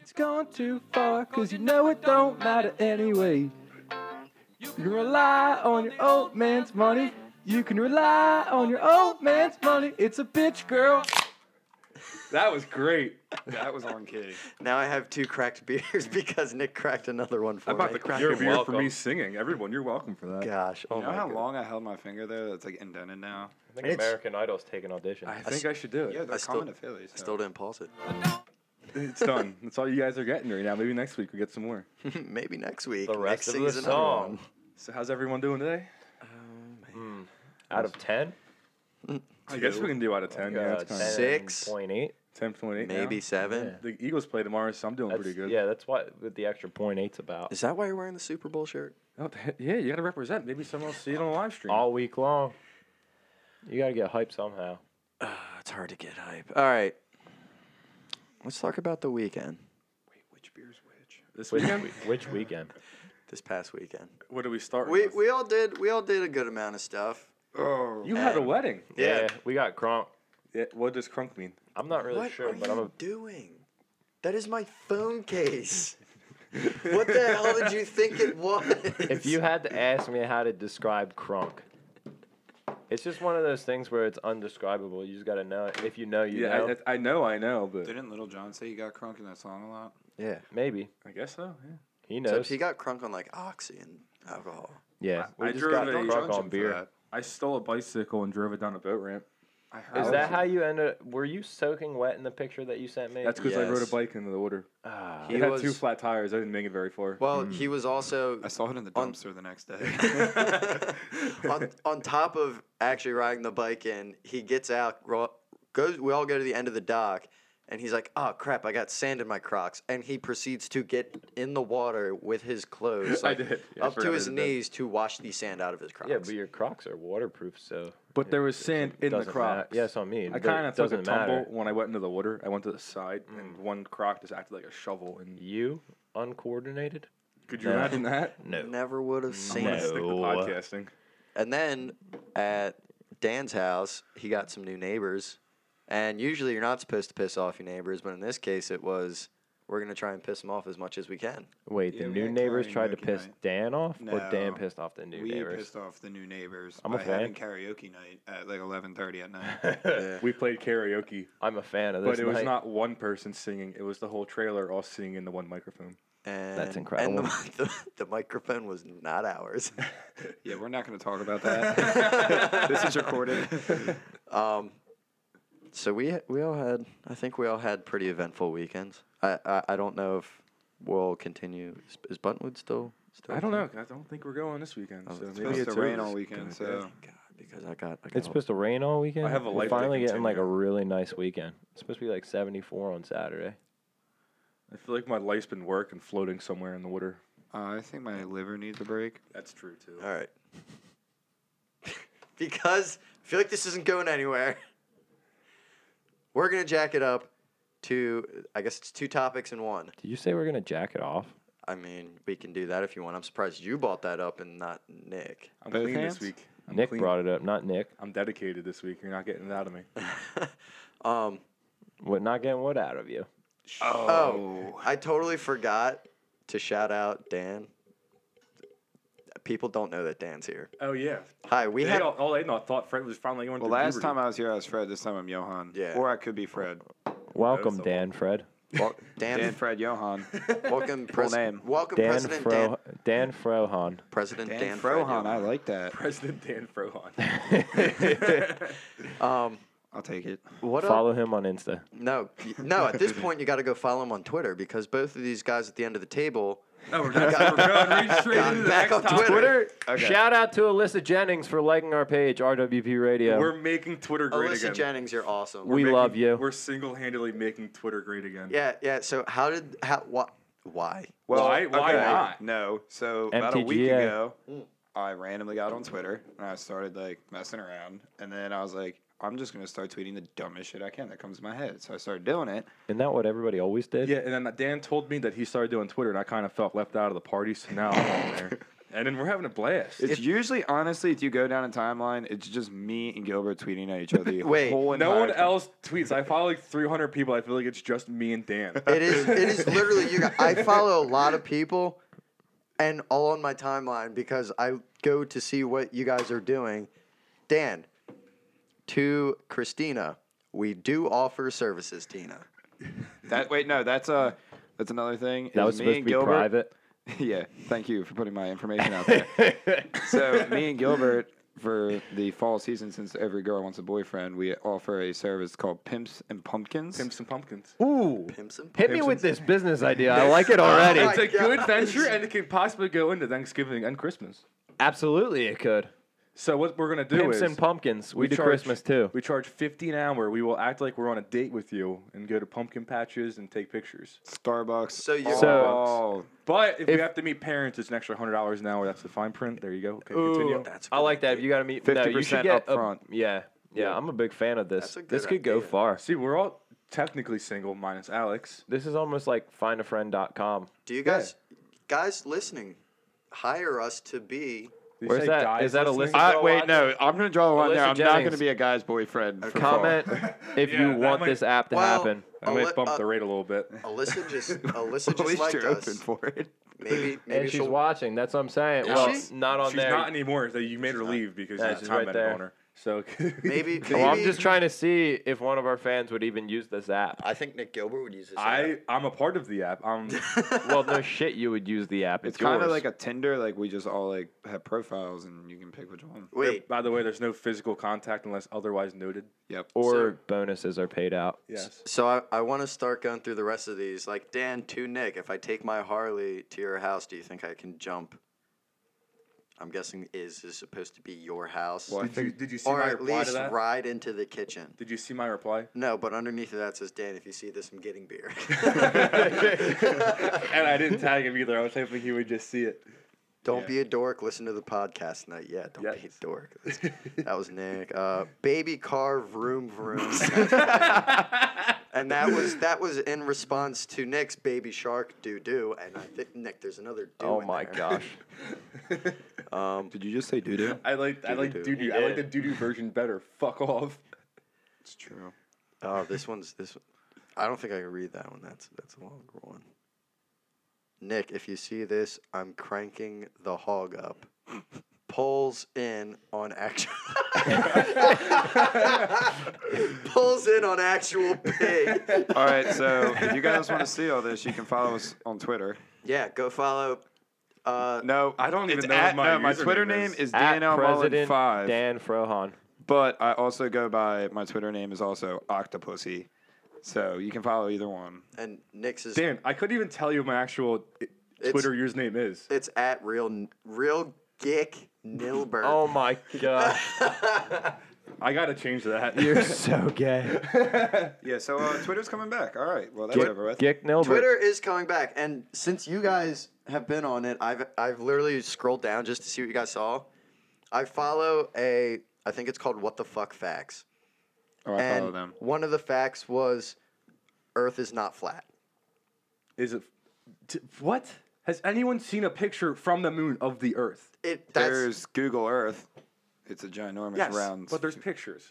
It's gone too far, cause you know it don't matter anyway. You can rely on your old man's money. You can rely on your old man's money. It's a bitch, girl. That was great. That was on key. Now I have two cracked beers because Nick cracked another one for I'm about me. to crack You're a beer welcome. for me singing. Everyone, you're welcome for that. Gosh, oh You my know how God. long I held my finger there? That's like indented now. I think It's- American Idol's taking audition. I think I should do it. Yeah, they're I coming still- to Philly. So. I still didn't pause it. It's done. That's all you guys are getting right now. Maybe next week we get some more. Maybe next week. the next rest of the season, I don't know. song. So how's everyone doing today? Out of uh, 10? I guess we can do out of Oh ten. yeah, it's kind of Six. 10.8. ten point eight. Maybe seven. the Eagles play tomorrow, so I'm doing That's, pretty good. Yeah, that's what with the extra point eight's about. Is that why you're wearing the Super Bowl shirt? Oh, the he- yeah, you gotta represent. Maybe someone will see it on live stream. All week long. You got to get hype somehow. Ah, It's hard to get hype. All right. Let's talk about the weekend. Which beer's which? this Which, weekend. we- which weekend? This past weekend. what do we start We with? we all did we all did a good amount of stuff. Oh, you had a wedding. Yeah. we got Kronk. Yeah, what does crunk mean? I'm not really What sure, are but you I'm a, doing? That is my phone case. what the hell did you think it was? if you had to ask me how to describe Kronk, it's just one of those things where it's undescribable. You just got to know it. If you know, you Yeah, know. I, I know, I know, but didn't Little John say you got crunk in that song a lot? yeah. Maybe. I guess so. Yeah. He So knows. he got crunk on like oxy and alcohol. yeah. We I just drove got a- the Drunk Kronk on beer. I stole a bicycle and drove it down a boat ramp. I heard. Is that how you ended? Were you soaking wet in the picture that you sent me? That's because I rode a Yes. bike into the water. Ah. He it had two was- flat tires. I didn't make it very far. Well, he was also I saw it in the On- dumpster the next day. on, on top of actually riding the bike in, he gets out, ro- goes. We all go to the end of the dock, and he's like, "Oh crap, I got sand in my Crocs," and he proceeds to get in the water with his clothes I like, did. Yeah, I up to forgot I his did that. knees to wash the sand out of his Crocs. yeah, but your Crocs are waterproof, so. But there was sand in the doesn't matter. crocs. Yeah, um, that's what I mean, I but kind it of took a doesn't tumble matter. when I went into the water. I went to the side, Mm. and one croc just acted like a shovel. And You uncoordinated? could you No. imagine that? No. Never would have I'm seen gonna No. it. stick to podcasting. And then at Dan's house, he got some new neighbors, and usually you're not supposed to piss off your neighbors, but in this case, it was. We're gonna try and piss them off as much as we can. Wait, Yeah, the we new had neighbors karaoke tried to piss night. Dan off, or No. Dan pissed off the new we neighbors? pissed off the new neighbors I'm a by having karaoke night at like 11:30 at night. We played karaoke, I'm a fan of this. but it was night. not one person singing. It was the whole trailer all singing into one microphone. And, incredible. And the, the, the microphone was not ours. yeah, we're not going to talk about that. this is recorded. Um, so we we all had I think we all had pretty eventful weekends. I I, I don't know if we'll continue. Is, is Buntwood still? still I don't know. I don't think we're going this weekend. So Oh, it's maybe It's it's the rain over. all weekend, so God, because I got. I got It's supposed to rain all weekend. I have a We're life to finally getting like a continue. really nice weekend. It's supposed to be like 74 on Saturday. I feel like my life's been working, floating somewhere in the water. uh, I think my liver needs a break. That's true too. all right. because I feel like this isn't going anywhere. We're gonna jack it up to I guess it's two topics in one. Did you say we're gonna jack it off? I mean, we can do that if you want. I'm surprised you bought that up and not Nick. I'm Both clean hands? this week. I'm Nick clean. brought it up, not Nick. I'm dedicated this week. You're not getting it out of me. Um, What? Not getting what out of you? Oh, I totally forgot to shout out Dan. People don't know that Dan's here. Oh yeah. Hi, we They had all, all they not thought Fred was finally going Well, through last puberty. time I was here, I was Fred. This time I'm Johan. Yeah. Or I could be Fred. Welcome, the Dan, Fred, wel- Dan, Dan, Fred, Johan. welcome, pres- name. welcome Dan President Fro, Dan, Dan Frohan. President Dan, Dan, Fred Frohan. Young. I like that. President Dan Frohan. I'll take it. Um, What up? Follow him on Insta. No, y- no. At this point, you got to go follow him on Twitter because both of these guys at the end of the table oh, we're not got, going right straight got into the back next on topic. Twitter. Shout out to Alyssa Jennings for liking our page, RWP Radio. We're making Twitter great Alyssa again. Jennings, you're awesome. We Making- love you. We're single-handedly making Twitter great again. yeah, yeah. So how did how what why? Well, Why- why okay, not? Mm. No. So about a week MTGA. ago, I randomly got on Twitter and I started like messing around, and then I was like, I'm just gonna start tweeting the dumbest shit I can that comes to my head. So I started doing it. Isn't that what everybody always did? Yeah, and then Dan told me that he started doing Twitter, and I kind of felt left out of the party, so now I'm on there. and then we're having a blast. It's usually, honestly, if you go down a timeline, it's just me and Gilbert tweeting at each other. the Wait, whole no entire one time. else tweets. I follow like 300 people. I feel like it's just me and Dan. It is. It is literally. You. guys- I follow a lot of people, and all on my timeline because I go to see what you guys are doing. Dan, to Christina, we do offer services. Tina, That wait, no, that's uh that's another thing. That is was me supposed to and be Gilbert, private. yeah, thank you for putting my information out there. so me and Gilbert for the fall season, since every girl wants a boyfriend, we offer a service called Pimps and Pumpkins. Pimps and pumpkins. Ooh. Pimson. Hit me with this business idea. I like it already. my It's a good God. venture, and it could possibly go into Thanksgiving and Christmas. Absolutely, it could. So what we're gonna do Pimps is and pumpkins. We, do charge- Christmas too. We charge 50 an hour. We will act like we're on a date with you and go to pumpkin patches and take pictures. Starbucks. So you- all- But if, we If- have to meet parents, it's an extra hundred dollars an hour. That's the fine print. There you go. Okay, Ooh, continue. That's a I good like that. You got to meet. no, you should 50% get up front. A, yeah, yeah. I'm a big fan of this. That's a good This could go idea. far. See, we're all technically single minus Alex. This is almost like findafriend.com. Do you guys, guys listening, hire us to be? Did you Where's say that? guys Is that a list listening? of- I, wait, no, I'm gonna draw a line there. I'm Alyssa not Jennings. gonna be a guy's boyfriend. for fall. Comment if Yeah, you that want might- this app to Well, happen. I might Aly- bump uh, the rate a little bit. Alyssa just. Alyssa At just least liked you're open us. for it. Maybe. Maybe And she's she'll. watching. That's what I'm saying. Is Well, she? not on She's there. not anymore. So you made her leave because Yeah, you she's right commented there. on her. So Maybe. maybe well, I'm just trying to see if one of our fans would even use this app. I think Nick Gilbert would use this. I I'm a part of the app. Um, I'm well, no shit, you would use the app. It's, It's kind of yours. like a Tinder. Like we just all like have profiles, and you can pick which one. Wait, By the way, there's no physical contact unless otherwise noted. Yep. or so- bonuses are paid out. Yes. So I, I want to start going through the rest of these. Like Dan to Nick, if I take my Harley to your house, do you think I can jump? I'm guessing is is supposed to be your house, Well, I Did you, think did you see or my at reply to least that? ride into the kitchen. Did you see my reply? No, but underneath of that says Dan. If you see this, I'm getting beer. And I didn't tag him either. I was hoping he would just see it. Don't be a dork. Listen to the podcast night. Yeah, don't be Yes. a dork. That's- that was Nick. Uh, baby car vroom vroom. and that was that was in response to Nick's baby shark doo doo. And I think Nick, there's another doo. Oh in my there. gosh. Um, Did you just say doo doo? I like I like doo doo. I like the doo doo version better. Fuck off. It's true. oh, this one's this. One. I don't think I can read that one. That's that's a longer one. Nick, if you see this, I'm cranking the hog up. Pulls in on actual. Pulls in on actual pig. All right, so if you guys want to see all this, you can follow us on Twitter. Yeah, go follow. Uh, No, I don't it's even know what at, my no, my username Twitter is. name is At DNL Mullen President Five, Dan Frohan. but I also go by my Twitter name is also Octopussy, so you can follow either one. and Nick's is Dan, I couldn't even tell you my actual i- Twitter username is. it's at real real gick Nilbert. Oh my gosh. I gotta change that. You're so gay. Yeah, so uh, Twitter's coming back. All right, well that's over with. Gick Nilbert. Twitter is coming back, and since you guys have been on it, I've I've literally scrolled down just to see what you guys saw. I follow a I think it's called What the Fuck Facts, Oh, I follow and them. one of the facts was Earth is not flat. Is it t- what? Has anyone seen a picture from the moon of the Earth? It that's There's Google Earth. It's a ginormous round. but there's pictures.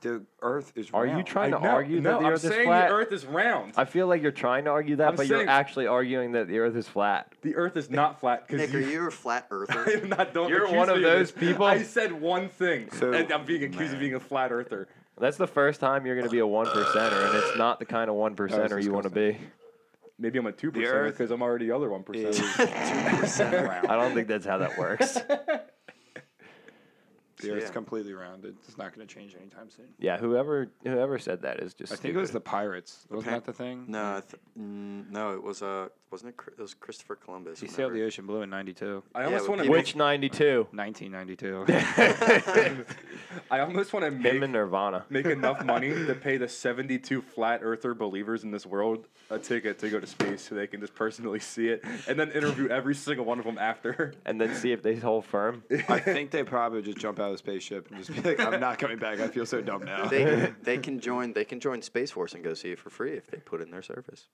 the Earth is. Are round. you trying to no, argue no, that the I'm Earth is saying flat? the Earth is round. I feel like you're trying to argue that, I'm but saying- you're actually arguing that the Earth is flat. the Earth is not flat because Nick, are you a flat earther? I'm not, don't You're accuse one of me those this. people? I said one thing, So- and I'm being accused of being a flat earther. That's the first time you're going to be a one percenter, and it's not the kind of one percenter you want to be. Maybe I'm a two percent Earth because I'm already the other one percent. I don't think that's how that works. The Earth's Yeah. completely rounded. It's not going to change anytime soon. yeah, whoever whoever said that is just. I think it was stupid. the pirates. Wasn't pan- that the thing? no, I th- mm, no, it was uh, wasn't it? Chri- It was Christopher Columbus. He whenever- sailed the ocean blue in 92. I almost but want to people- make. which '92. 1992. I almost want to Him and make, Nirvana. make enough money to pay the 72 flat earther believers in this world a ticket to go to space so they can just personally see it and then interview every single one of them after. and then see if they hold firm. I think they probably just jump out of the spaceship and just be like, "I'm not coming back. I feel so dumb now." They, they can join. They can join Space Force and go see it for free if they put in their service.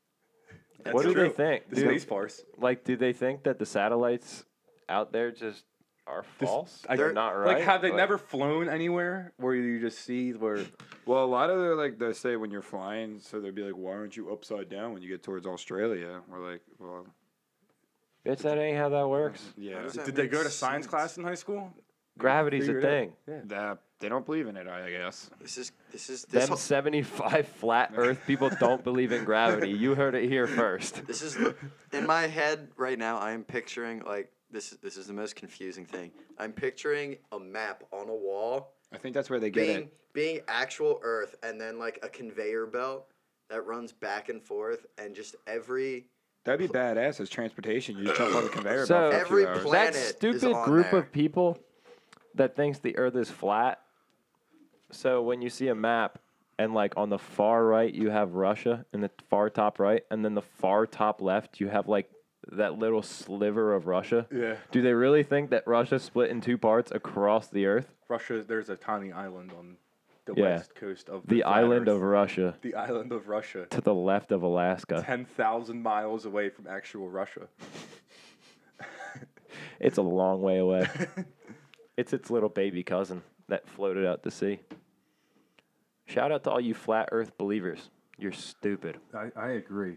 That's What do they true. think, The dude? space force. Like, do they think that the satellites out there just are This- false. I- They're not right. Like, have they Like, never flown anywhere where you just see where? Well, a lot of the like they say when you're flying, so they'd be like, "Why aren't you upside down when you get towards Australia?" We're like, "Well, Bitch, that ain't how that works. yeah, does That Did they makes go to science sense. class in high school? Gravity's figure a it out. thing. that, they don't believe in it, I guess." This is this is this Them whole, 75 flat earth people don't believe in gravity. You heard it here first. this is the- in my head right now. I am picturing like this. is This is the most confusing thing. I'm picturing a map on a wall I think that's where they get being it. being actual Earth, and then like a conveyor belt that runs back and forth, and just every That'd be badass as transportation. You jump on the conveyor So- belt for a Every few hours. pla- planet that is stupid on group there. of people that thinks the earth is flat. So when you see a map and like on the far right you have Russia in the far top right and then the far top left you have like that little sliver of Russia. Yeah. Do they really think that Russia split in two parts across the earth? Russia, there's a tiny island on the Yeah. west coast of The flat island Earth. of Russia the island of Russia, to the left of Alaska. ten thousand miles away from actual Russia. It's a long way away. it's its little baby cousin that floated out to sea. Shout out to all you flat earth believers. You're stupid. I, I agree.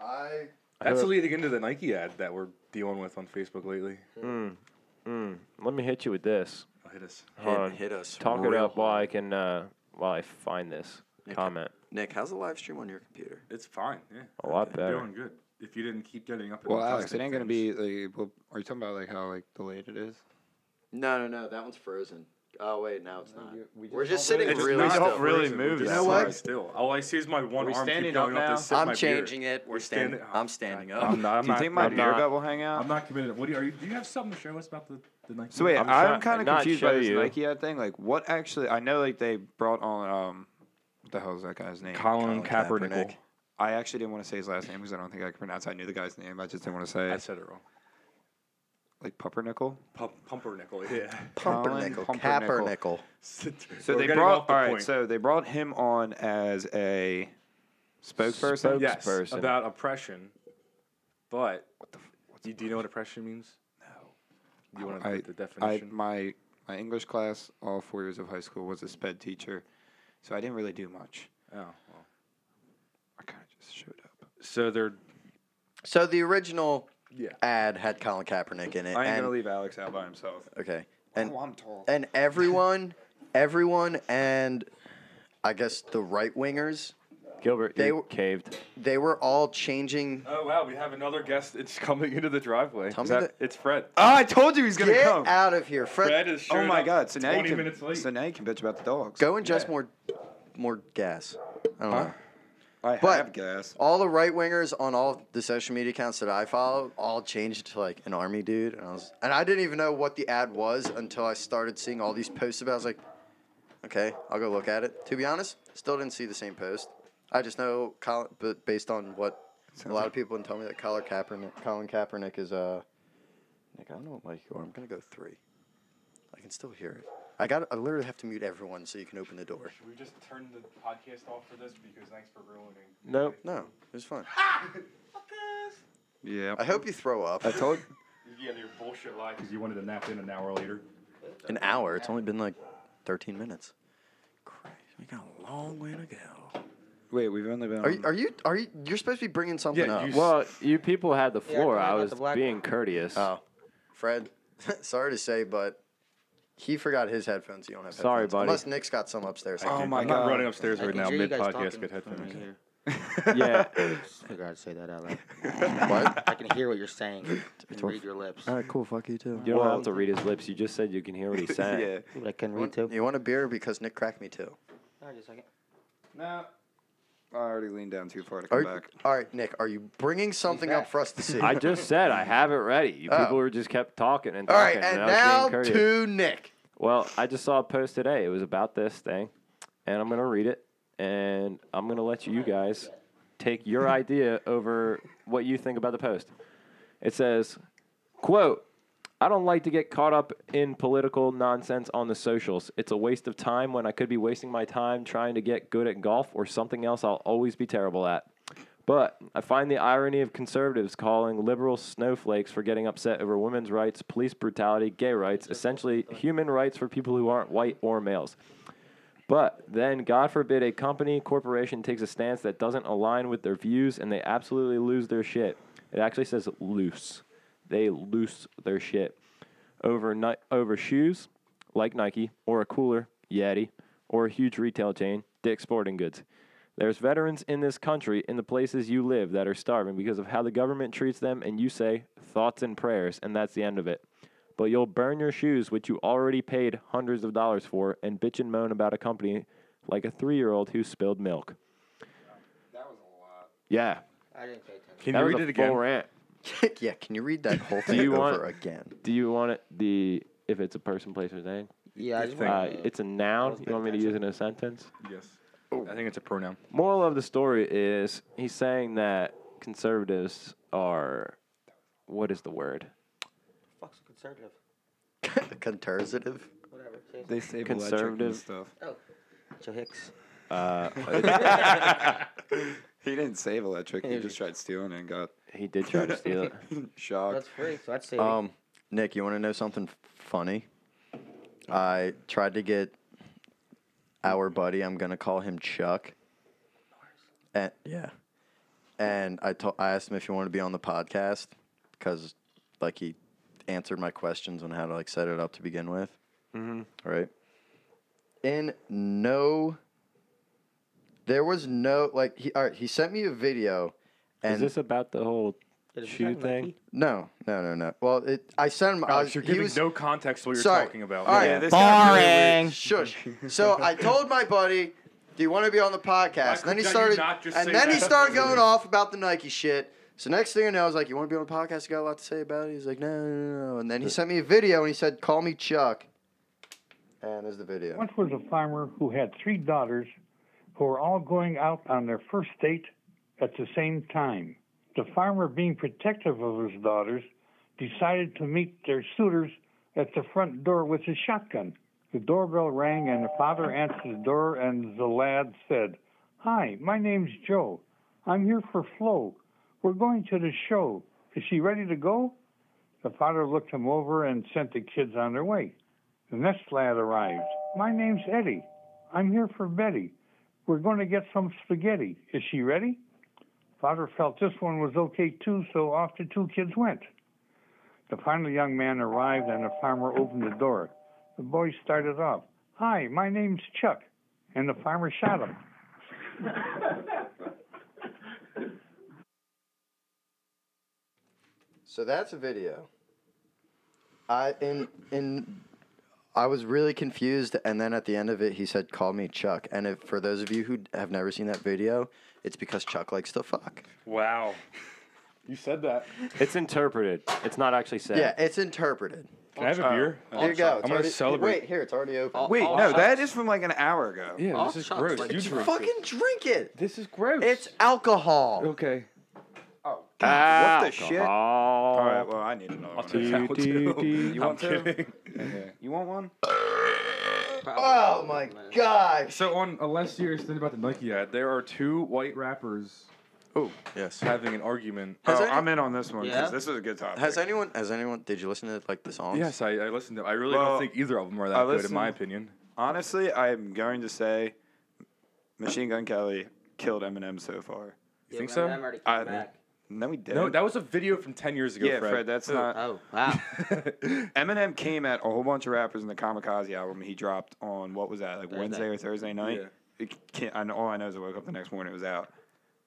I That's Uh, leading into the Nike ad that we're dealing with on Facebook lately. Let me hit you with this. Oh, Hit us. Hold on. hit, hit us. Talk it real up while hard. I can uh, while I find this comment. Nick, how's the live stream on your computer? It's fine. Yeah. A lot You're better. doing good. If you didn't keep getting up. and well, Alex, it testing ain't gonna things. be like. Well, are you talking about like how like delayed it is? No, no, no. That one's frozen. Oh wait, now it's not. we just We're just don't sitting really- It's really not still. really frozen, we move just that sit much. right Still, all I see is my one we arm standing keep going up up, now? to sip my I'm beer. changing it. We're You're standing. standing- I'm standing up. I'm not. I'm Do you not- think my I'm beer not- gut will hang out? I'm not committed. What do you, are you? Do you have something to show us about the, the Nike? So wait, I'm, I'm trying- kind of not confused by show this you. Nike ad thing. Like, what actually? I know like they brought on um, what the hell is that guy's name? Colin Colin, Kaepernick. Kaepernick. I actually didn't want to say his last name because I don't think I could pronounce. it. I knew the guy's name. I just didn't want to say I it. said it wrong. like Pumpernickel. Pump, pumpernickel. Yeah. Pumpernickel. Colin Capernickel. so So they brought all right. So they brought him on as a spokesperson. Spokes- yes, spokesperson. about oppression. But you, do you know what oppression means? No. You want to I- put the I definition? my my English class all four years of high school was a sped teacher, so I didn't really do much. oh. well. I kind of just showed up. So they're So the original Yeah. ad had Colin Kaepernick in it. I ain't and, gonna leave Alex out by himself. Okay. And oh, I'm tall. and everyone, everyone, and I guess the right wingers, Gilbert, They you were- caved. they were all changing. Oh wow, we have another guest. It's coming into the driveway. Tell Is me that- it's Fred. Oh, I told you he's gonna Get come. out of here, Fred. Fred is showing oh my up god! So now you 20 can. minutes late. So now you can bitch about the dogs. Go ingest Yeah. more, more gas. I don't know. I but- have gas. All the right wingers on all the social media accounts that I follow all changed to like an army dude, and I was, and I didn't even know what the ad was until I started seeing all these posts about. it. I was like, okay, I'll go look at it. To be honest, still didn't see the same post. I just know, Colin, but based on what a lot of people have told me that Colin Kaepernick, Colin Kaepernick is uh, Nick, I don't know what mic you are. I'm gonna go three. I can still hear it. I got. I literally have to mute everyone so you can open the door. Should we just turn the podcast off for this? Because thanks for ruining. Nope. No, it's fine. Yeah. I hope you throw up. I told. Yeah, your bullshit lie because you wanted to nap in an hour later. An hour. It's only been like 13 minutes. Christ, we got a long way to go. Wait, we've only been. Are you? on- Are you? Are you? You're supposed to be bringing something Yeah, up. you- Well, you people had the Yeah, tell floor. me I about was the black being courteous. oh, Fred. sorry to say, but he forgot his headphones. You don't have. Sorry, headphones. buddy. Unless Nick's got some upstairs. Oh I'm my not God. running upstairs I right can now. hear you Mid guys podcast, talking. get headphones. Yeah. Just forgot to say that out loud. What? I can hear what you're saying. I can read your lips. All right, cool. Fuck you too. You don't have to read his lips. You just said you can hear what he's saying. yeah. But I can read too. You want a beer because Nick cracked me too. Hold on just a second. No. I already leaned down too far to come Are, back. all right, Nick. Are you bringing something up back. for us to see? I just said I have it ready. You Oh. people were just kept talking and all talking. right, and I was being now courteous. to Nick. Well, I just saw a post today. It was about this thing, and I'm gonna read it, and I'm gonna let you guys take your idea over what you think about the post. It says, "Quote: I don't like to get caught up in political nonsense on the socials. It's a waste of time when I could be wasting my time trying to get good at golf or something else I'll always be terrible at. But I find the irony of conservatives calling liberal snowflakes for getting upset over women's rights, police brutality, gay rights, essentially human rights for people who aren't white or males. But then, God forbid, a company, corporation takes a stance that doesn't align with their views and they absolutely lose their shit. It actually says loose. They loose their shit over, ni- over shoes like Nike or a cooler, Yeti, or a huge retail chain, Dick's Sporting Goods. There's veterans in this country, in the places you live, that are starving because of how the government treats them, and you say thoughts and prayers, and that's the end of it. But you'll burn your shoes, which you already paid hundreds of dollars for, and bitch and moan about a company like a three year old who spilled milk. That was a lot. Yeah. I didn't pay attention. Can that you was read a it again? full rant. yeah, can you read that whole thing you over want- again? Do you want it the if it's a person, place, or thing? Yeah, I just Uh, want it's a noun. You want me to use it in a sentence? Yes. I think it's a pronoun. Moral of the story is he's saying that conservatives are what is the word? fuck's a conservative. Conservative. Whatever. They save Conservative. electric and stuff. Oh, Joe Hicks. Uh, He didn't save electric. He Yeah. just tried stealing it and got He did try to steal it. shocked. That's free, so I'd say. Um, Nick, you want to know something f- funny? I tried to get our buddy. I'm gonna call him Chuck. And yeah, and I to- I asked him if he wanted to be on the podcast because like he answered my questions on how to like set it up to begin with. Mm-hmm. All right. In no, there was no like he. All right, he sent me a video. And is this about the whole Did it shoe become thing? Nike? no, no, no, no. Well, it, I sent him. I was, Alex, you're Uh, he giving was, no context to what you're Sorry. talking about. All right. Yeah, Yeah, this Boring. Shush. So I told my buddy, "Do you want to be on the podcast?" And could then he you started, not just and say then he that? started going off about the Nike shit. So next thing I know, I was like, "You want to be on the podcast? You got a lot to say about it." He's like, "No, no, no." no." And then he sent me a video, and he said, "Call me Chuck." And there's the video. Once was a farmer who had three daughters who were all going out on their first date at the same time. The farmer, being protective of his daughters, decided to meet their suitors at the front door with his shotgun. The doorbell rang, and the father answered the door, and the lad said, Hi, my name's Joe. I'm here for Flo. We're going to the show. Is she ready to go? The father looked him over and sent the kids on their way. The next lad arrived. My name's Eddie. I'm here for Betty. We're going to get some spaghetti. Is she ready? Father felt this one was okay too, so off the two kids went. The final young man arrived and the farmer opened the door. The boy started off. Hi, my name's Chuck. And the farmer shot him. So that's a video. I in in. I was really confused, and then at the end of it, he said, "Call me Chuck." And if, for those of you who have never seen that video, it's because Chuck likes to fuck. Wow. You said that. It's interpreted. It's not actually said. Yeah, it's interpreted. Can I have a Uh, beer? Here you go. It's I'm gonna already- celebrate. Wait, here it's already open. Wait, no, that is from like an hour ago. Yeah, this is gross. Why you did you drink fucking drink it. This is gross. It's alcohol. okay. Ah, God, Oh, what the shit? All All right, well, I need another one. of those. do, do, do. You I'm want two? kidding. Okay. You want one? Oh my god. So on a less serious thing about the Nike ad, there are two white rappers Oh yes. having an argument. Oh, Has any- I'm in on this one Yeah? because this is a good topic. Has anyone? Has anyone? Did you listen to like the songs? Yes, I, I listened to. I really Well, don't think either of them are that I good, in my listened- opinion. Honestly, I'm going to say Machine Gun Kelly killed Eminem so far. You think so? I'm already I- coming back. No, he didn't. No, that was a video from ten years ago. yeah, Fred. that's not. Oh, wow. Eminem came at a whole bunch of rappers in the Kamikaze album he dropped on what was that like Wednesday or Thursday night. Yeah. It can't, I know, all I know is I woke up the next morning it was out.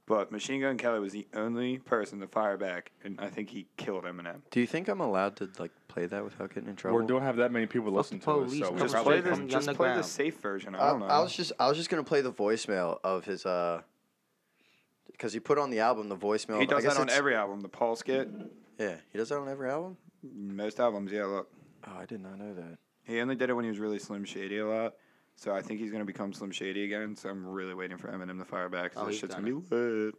But Machine Gun Kelly was the only person to fire back, and I think he killed Eminem. Do you think I'm allowed to like play that without getting in trouble? we don't have that many people listening to us, police, so come we Just probably play Probably this. from Just play the underground. safe version. I I, don't know. I was just. I was just gonna play the voicemail of his. uh Because he put on the album the voicemail. he I does guess that on it's- every album. The Paul skit, Yeah, he does that on every album. most albums. Yeah, look. Oh, I did not know that. He only did it when he was really Slim Shady a lot. So I think he's gonna become Slim Shady again. So I'm really waiting for Eminem to fire back. 'cause Oh, this he's shit's done gonna be lit.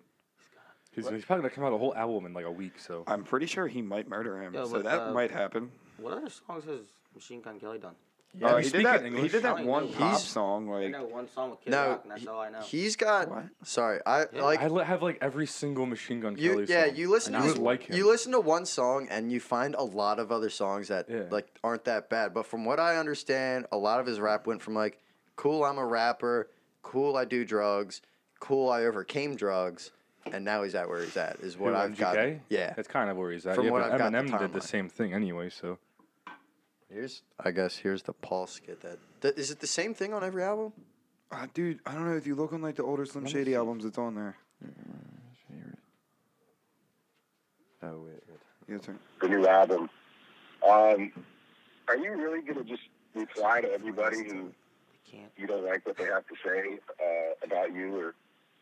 he's, he's probably gonna come out a whole album in like a week. So I'm pretty sure he might murder him. Yeah, so but, that uh, might happen. Uh, what other songs has Machine Gun Kelly done? Yeah, Oh, we he, speak did that, in he English. did I that know one he's- pop song. I Like, know one song with Kid No, Rock, and that's he- all I know. he's got. What? Sorry, I Yeah. like I li- have like every single Machine Gun you. Kelly yeah, song. you listen And to you his, would like him. you listen to one song and you find a lot of other songs that Yeah. like aren't that bad. But from what I understand, a lot of his rap went from like, "Cool, I'm a rapper," "Cool, I do drugs," "Cool, I overcame drugs," and now he's at where he's at. Is what Who, I've got. MGK? Yeah, that's kind of where he's at. From yeah, what but I've got the Eminem did the timeline. same thing anyway. So here's I guess here's the Paul skit that, that is it the same thing on every album? uh, Ah, dude, I don't know if you look on like the older Slim Shady albums, it's on there. Oh wait. wait. Yeah, it's on- the new album. Um, are you really going to just reply to everybody who Can't. you don't like what they have to say uh, about you or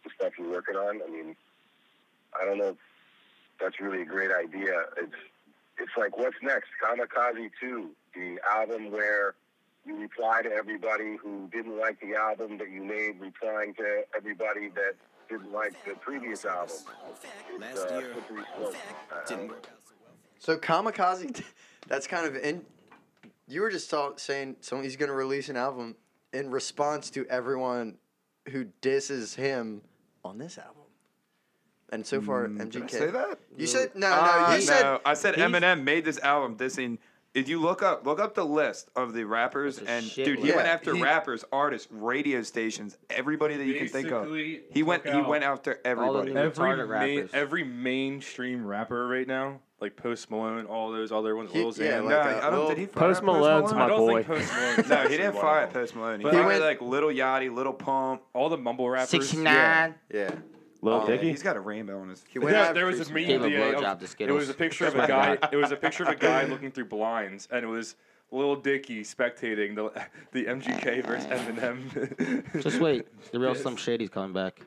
the stuff you're working on? I mean, I don't know if that's really a great idea. It's it's like what's next? Kamikaze Two, the album where you reply to everybody who didn't like the album that you made, replying to everybody that didn't like the previous album. It's, uh, slippery slope. Uh, So Kamikaze, that's kind of in. You were just talk, saying somebody's going to release an album in response to everyone who disses him on this album, and so far MGK. Did I say that? You said no, no. Ah, you said no. I said he- Eminem made this album dissing. If you look up, look up the list of the rappers, That's a and shit dude, he list. went Yeah, after he- rappers, artists, radio stations, everybody that you can think of. Basically, He went, took he out went after everybody. new- Every every Target rappers. every mainstream rapper right now, like Post Malone, all those other ones, He- Lil yeah, Xan. no, like, uh, I don't. Lil- Did he fire Post Post Malone? Malone's I my don't boy. think Post Malone. no, he didn't fire Post Malone. He, But fired went- like Little Yachty, Little Pump. Oh, All the mumble rappers. yeah, yeah. Lil Um, Dicky. He's got a rainbow on his. He Yeah, went after there was this meme Gave a the, blowjob of- to It was Skittles. a picture of a guy. It was a picture of a guy looking through blinds, and it was Lil Dicky spectating the the MGK versus Eminem. Just wait. The real Slim Shady's coming back.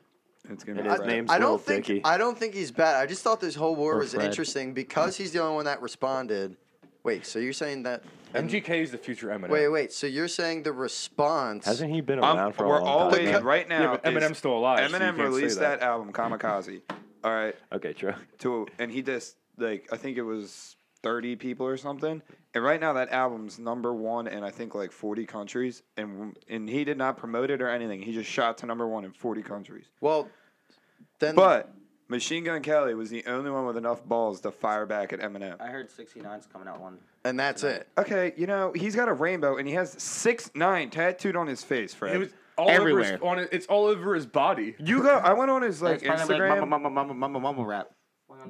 It's gonna And be his right. name's I don't Lil think Dicky. I don't think he's bad. I just thought this whole war Or was Fred. interesting because he's the only one that responded. Wait, so you're saying that? MGK is the future Eminem. Wait, wait. So you're saying the response? Hasn't he been around I'm, for a Um, we're long all time? waiting now? right now. Yeah, but is Eminem's still alive, so you Eminem can't say released that. that. album, Kamikaze. All right, Okay, true. to and he just like I think it was thirty people or something. And right now that album's number one in I think like forty countries. And and he did not promote it or anything. He just shot to number one in forty countries. well, then. But Machine Gun Kelly was the only one with enough balls to fire back at Eminem. I heard 69's coming out one. and that's it. Okay, you know he's got a rainbow and he has six nine tattooed on his face, Fred. It was all over Everywhere. his, on it, it's all over his body. you go. I went on his like That's probably Instagram. Mama, Hmm. mama, mama, mama, mama rap.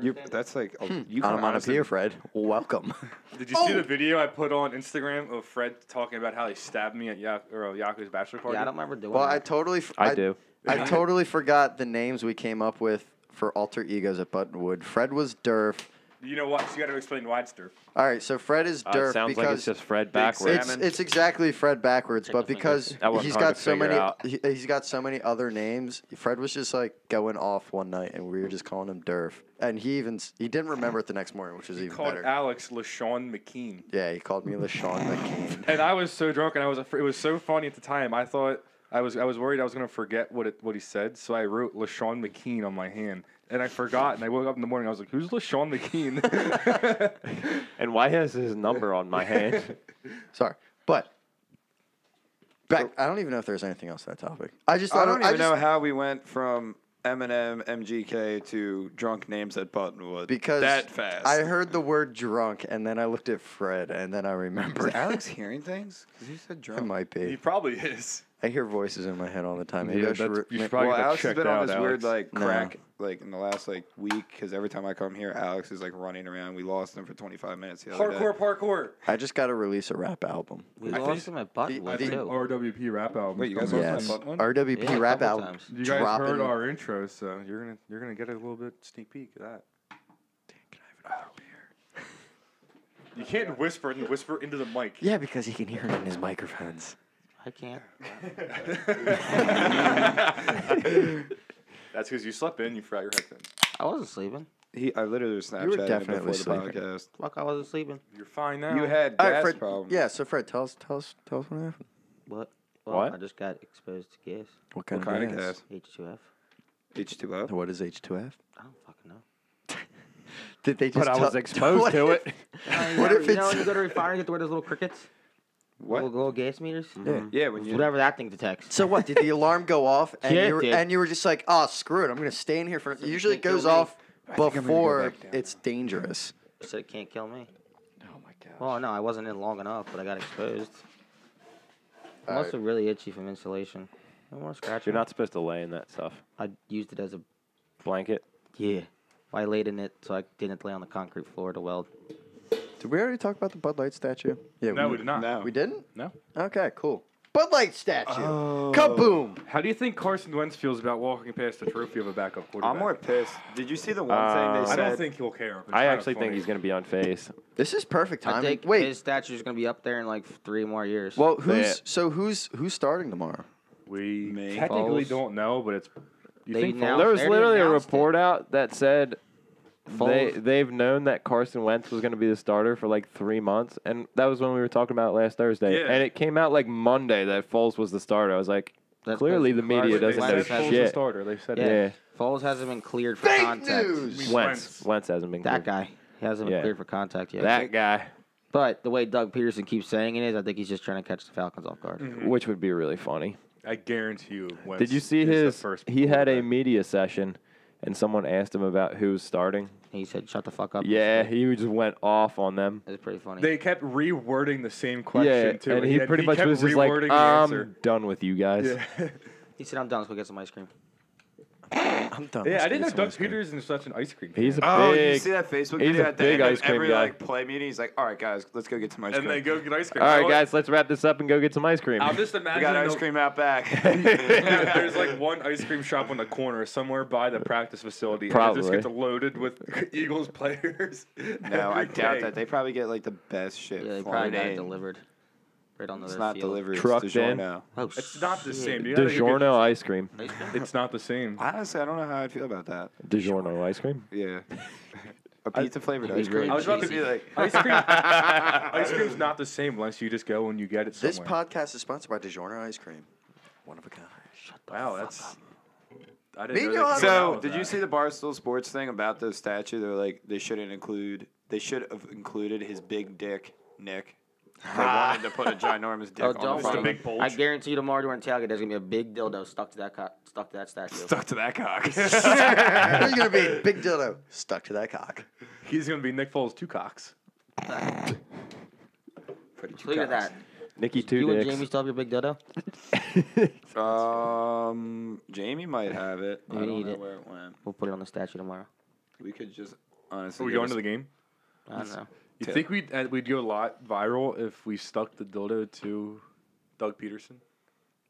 You, that's like a, I'm you can on a honestly- pier, Fred. Welcome. Did you see the video I put on Instagram of Fred talking about how he stabbed me at Yak- or, uh, Yaku's bachelor party? Yeah, I don't remember doing Well, I that. totally. f- I do. I totally forgot the names we came up with for alter egos at Buttonwood. Fred was Durf. You know what? You got to explain why it's Durf. All right, so Fred is Uh, Durf sounds because like it's just Fred it's, backwards. Salmon. it's exactly Fred backwards, but the because That wasn't he's hard got to so figure many, out. he, he's got so many other names. Fred was just like going off one night, and we were just calling him Durf, and he even s- he didn't remember it the next morning, which is even Called better. Alex LaShawn McKean. yeah, he called me LaShawn McCain. And I was so drunk, and I was afraid. It was so funny at the time. I thought I was I was worried I was gonna forget what it, what he said, so I wrote LaShawn McKean on my hand, and I forgot. And I woke up in the morning. I was like, "Who's LaShawn McKean?" And why has his number on my hand? Sorry, but back. I don't even know if there's anything else on that topic. I just I thought- don't even just- know how we went from Eminem, MGK to drunk names at Buttonwood. because that fast. I heard the word drunk, and then I looked at Fred, and then I Is remembered. Alex hearing things? Because you said It drunk. might he be. probably is. I hear voices in my head all the time. Maybe Yeah, I should. that's- re- you ma- should probably- well, got Alex has checked been on out, this weird Alex. like No. crack like in the last like week because every time I come here, Alex is like running around. We lost him for 25 minutes the other Hardcore parkour. I just got to release a rap album. we lost him at Buttonwood, the- too. RWP rap album. Wait, you guys coming are up. Yes, Button one? RWP Yeah, a rap couple album. times. You guys dropping. heard our intro, so you're gonna you're gonna get a little bit sneak peek of that. You can't whisper and whisper into the mic. Yeah, because he can hear it in his microphones. I can't. That's because you slept in. You forgot your headphones. I wasn't sleeping. He, I literally was were Snapchatting him before definitely the sleeping. podcast. Fuck, I wasn't sleeping. You're fine now. You had All right, gas Fred. problems. Yeah, so Fred, tell us, tell us, tell us what happened. What? Well, What? I just got exposed to gas. What What kind of gas? gas? H2F. H2O. What is H2F? I don't fucking know. Did they just? But I was tell- exposed What to if- it. What you if know it's? when you go to a refinery, you get to wear those little crickets? What? Mm-hmm. Little, little gas meters. yeah, when you Whatever that thing detects. So what? Did the alarm go off? And Yeah, it you were, did. and you were just like, oh, screw it. I'm gonna stay in here for. you Usually it can't kill goes me. off think I'm gonna go before back down it's dangerous. So it can't kill me. Oh my god. Well, no, I wasn't in long enough, but I got exposed. I'm also really itchy from insulation. I want to scratch You're me. not supposed to lay in that stuff. I used it as a Blanket. yeah. I laid in it so I didn't lay on the concrete floor to weld. Did we already talk about the Bud Light statue? Yeah, No, we did not. We didn't. No. Okay, cool. Bud Light statue. Oh. Oh. Kaboom! How do you think Carson Wentz feels about walking past the trophy of a backup quarterback? I'm more pissed. Did you see the one Uh, thing they I said? don't think he'll care. but it's I kinda actually think funny. he's going to be on face. This is perfect I timing. think Wait. his statue is going to be up there in like three more years. well, who's so who's who's starting tomorrow? We Me. technically Foles. don't know, but it's. You They think now- Foles- There was already literally a announced it. report out that said they Foles. they've known that Carson Wentz was going to be the starter for like three months, and that was when we were talking about it last Thursday. Yeah. And it came out like Monday that Foles was the starter. I was like, That's clearly the because media Carson doesn't know Wentz They said Foles the shit. starter. They said Yeah. that. Yeah. Foles hasn't been cleared for contact. Wentz Wentz hasn't been That good. guy he hasn't been Yeah. cleared for contact yet. That guy, but the way Doug Peterson keeps saying it is, I think he's just trying to catch the Falcons off guard. Mm-hmm. which would be really funny. I guarantee you. Wentz Did you see is the his? First He had a quarterback. media session, and someone asked him about who was starting. He said, "Shut the fuck up." Yeah, he just went off on them. It was pretty funny. They kept rewording the same question too. and he, had- pretty much kept was just like, um, rewording the answer. "I'm done with you guys." Yeah. he said, "I'm done. Let's go get some ice cream." I'm done. Yeah, I didn't know Doug Peterson is such an ice cream. He's a Oh, big. you see that Facebook he's video a at the big end of ice cream every guy. like play meeting? He's like, "All right, guys, let's go get some ice and cream." they go get ice cream. All I right, want- guys, let's wrap this up and go get some ice cream. I'm just we imagining. got ice the- cream out back. Yeah, there's like one ice cream shop on the corner somewhere by the practice facility. And it Probably. just gets loaded with Eagles players. no, I doubt that. They probably get like the best shit. Yeah, they probably flying got it in. delivered. Right on the It's other not field. delivery. Trucked it's in. DiGiorno. Oh, It's not shit. the same. You gotta get- DiGiorno ice cream. It's not the same. Honestly, I don't know how I'd feel about that. DiGiorno ice cream. Yeah, a pizza flavored It'd be ice cream. really I was about to cheesy. be like, Ice cream, ice cream's not the same unless you just go and you get it somewhere. This podcast is sponsored by DiGiorno ice cream. One of a kind. Wow, that's. I Me and didn't know you they on- came out So, with did you that. see the Barstool Sports thing about the statue? They're like, they shouldn't include. They should have included his big dick, Nick. They wanted to put a ginormous dick Oh, on don't the Just a bottom. big bulge. I guarantee you tomorrow during tailgate, there's gonna be a big dildo stuck to that co- stuck to that statue. Stuck to that cock. There's gonna be big dildo stuck to that cock. He's gonna be Nick Foles two cocks. Look at that. Nikki two You and dicks. Jamie still have your big dildo? um, Jamie might have it. I You don't eat know it. where it went. We'll put it on the statue tomorrow. We could just honestly. Are we go going to to the game? I don't know. You Tip. think we'd uh, we'd go a lot viral if we stuck the dildo to Doug Peterson?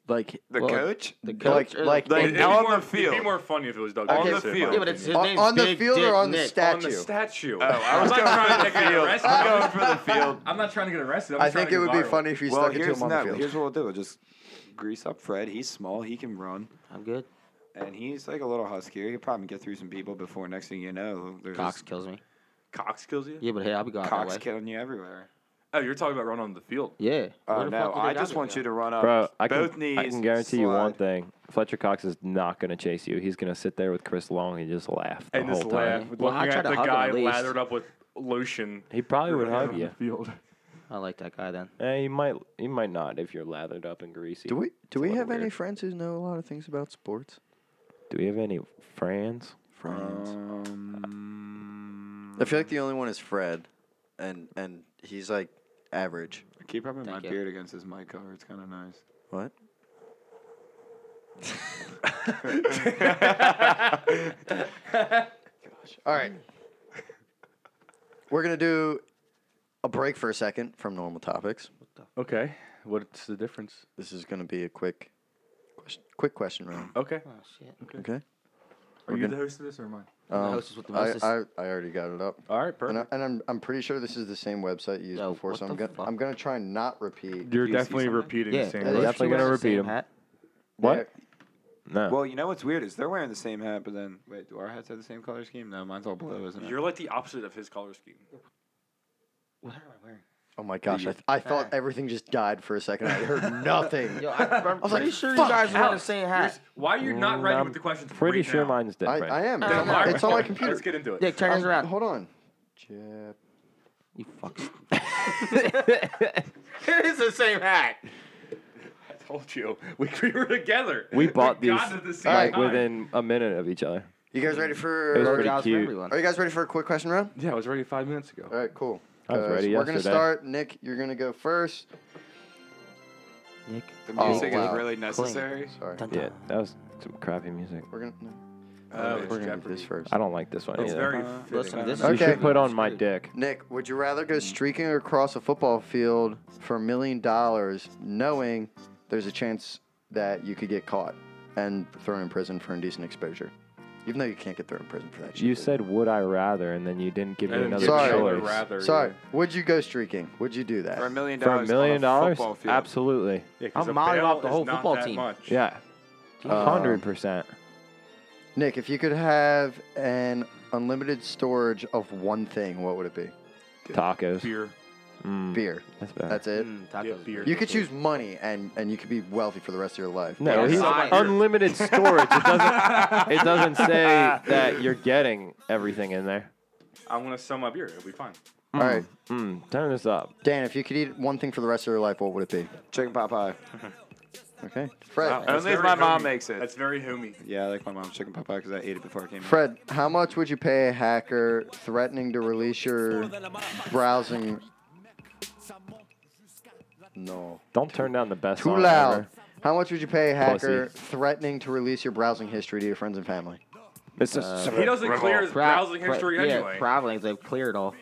Like the Well, coach? The Like- coach, uh, like- Like, It'd be now on more, the field. It'd be more funny if it was Doug On the Peterson. in my field. yeah, but it's, his opinion. name's on the Big field Dick or on the Nick. on the statue? statue. Oh, I was I'm going not for trying the to get field. arrested. I'm going for the field. I'm not trying to get arrested. I'm I just trying think to it go would be viral. funny if you Well, stuck it to here's, him on the no, field. here's what we'll do. We'll just grease up Fred. He's small. He can run. I'm good. And he's like a little huskier. He'll probably get through some people before next thing you know, there's Cox kills me. Cox kills you. Yeah, but hey, I'll be going out that cocks way. killing you everywhere. Oh, you're talking about running on the field. Yeah. Oh, Where the no. fuck did I that just guy want go? you to run up Uh, Bro, I can, both knees. I can guarantee you one slide. thing. Fletcher Cox is not going to chase you. He's going to sit there with Chris Long and just laugh the And whole this laugh, time. Well, I looking tried at to the hug him guy at least. lathered up with lotion. He probably would running hug on the you. field. I like that guy then. Eh, he might, he might not if you're lathered up and greasy. Do we do we little have any weird. friends who know a lot of things about sports? Do we have any friends? Friends. Um, I feel like the only one is Fred, and and he's like average. I keep rubbing Thank my you. beard against his mic cover. It's kind of nice. What? Gosh. All right. We're gonna do a break for a second from normal topics. Okay, what's the difference? This is gonna be a quick question, quick question round. Okay, Oh shit. Okay. are you the host of this or mine? Um, host is with the I, mostest. I, I already got it up. All right, And, I, perfect. and I'm, I'm pretty sure this is the same website you used Yo, before, what so the I'm gonna fuck? I'm gonna try and not repeat. You're Do you see definitely something? repeating Yeah, the same. they question. actually Definitely gonna wear the repeat same him. hat. What? No. Well, you know what's weird is they're wearing the same hat, but then wait, do our hats have the same color scheme? No, mine's all blue, isn't it? You're like the opposite of his color scheme. What am I wearing? Oh my gosh, I, th- I thought everything just died for a second. I heard nothing. Yo, I, am was pretty like, sure you "Fuck, guys wear the Alex, same You're hat. s- Why are you not Mm, writing I'm with the questions? Pretty right sure now? mine's I, different. I am. No, no, It's on my Let's computer. Um, get into it. Dick, turn I'm- this around. Hold on. Jep. You fucks. it is the same hat. I told you, we, we were together. We bought We got these, at the same like time. within a minute of each other. You guys ready It was for? pretty Guys for cute. everyone. Are you guys ready for a quick question round? Yeah, I was ready five minutes ago. All right, cool. I was Uh, ready so we're gonna yesterday. start. Nick, you're gonna go first. Nick. The Oh, music wow. is really necessary. Sorry, Dun, Yeah, dun. that was some crappy music. we're gonna. no. Uh, we're gonna do this first. I don't like this one It's either. very Uh, fitting. listen, this You Okay. should put on my dick. Nick, would you rather go streaking across a football field for a million dollars, knowing there's a chance that you could get caught and thrown in prison for indecent exposure, even though you can't get thrown in prison for that? shit. You said "Would I rather," and then you didn't give me And another give Sorry. me another choice. rather, Sorry. yeah. Would you go streaking? Would you do that? For a million For a dollars. million on a dollars, football field. absolutely. Yeah, 'cause I'm a modding bell off the is whole not football that team. much. Yeah, hundred percent. Nick, if you could have an unlimited storage of one thing, what would it be? Mm. Tacos. Beer. Mm, Beer. That's better. That's it. Mm, tacos. Yeah, beer. You could choose money, and and you could be wealthy for the rest of your life. no, Yeah, he's size. unlimited storage. It doesn't. it doesn't say that you're getting everything in there. I'm gonna sell my beer. It'll be fine. All right, Mm, turn this up. Dan, if you could eat one thing for the rest of your life, what would it be? Chicken pot pie. Okay, Fred. That's Only if very my mom homey. makes it. That's very homey. Yeah, I like my mom's chicken pot pie because I ate it before I came. here. Fred, how much would you pay a hacker threatening to release your browsing? No. Don't turn down the best. Too song loud. Ever. How much would you pay a hacker Pussy. threatening to release your browsing history to your friends and family? It's just He doesn't clear his Prob- browsing pro- history yeah, anyway. probably because they've cleared all.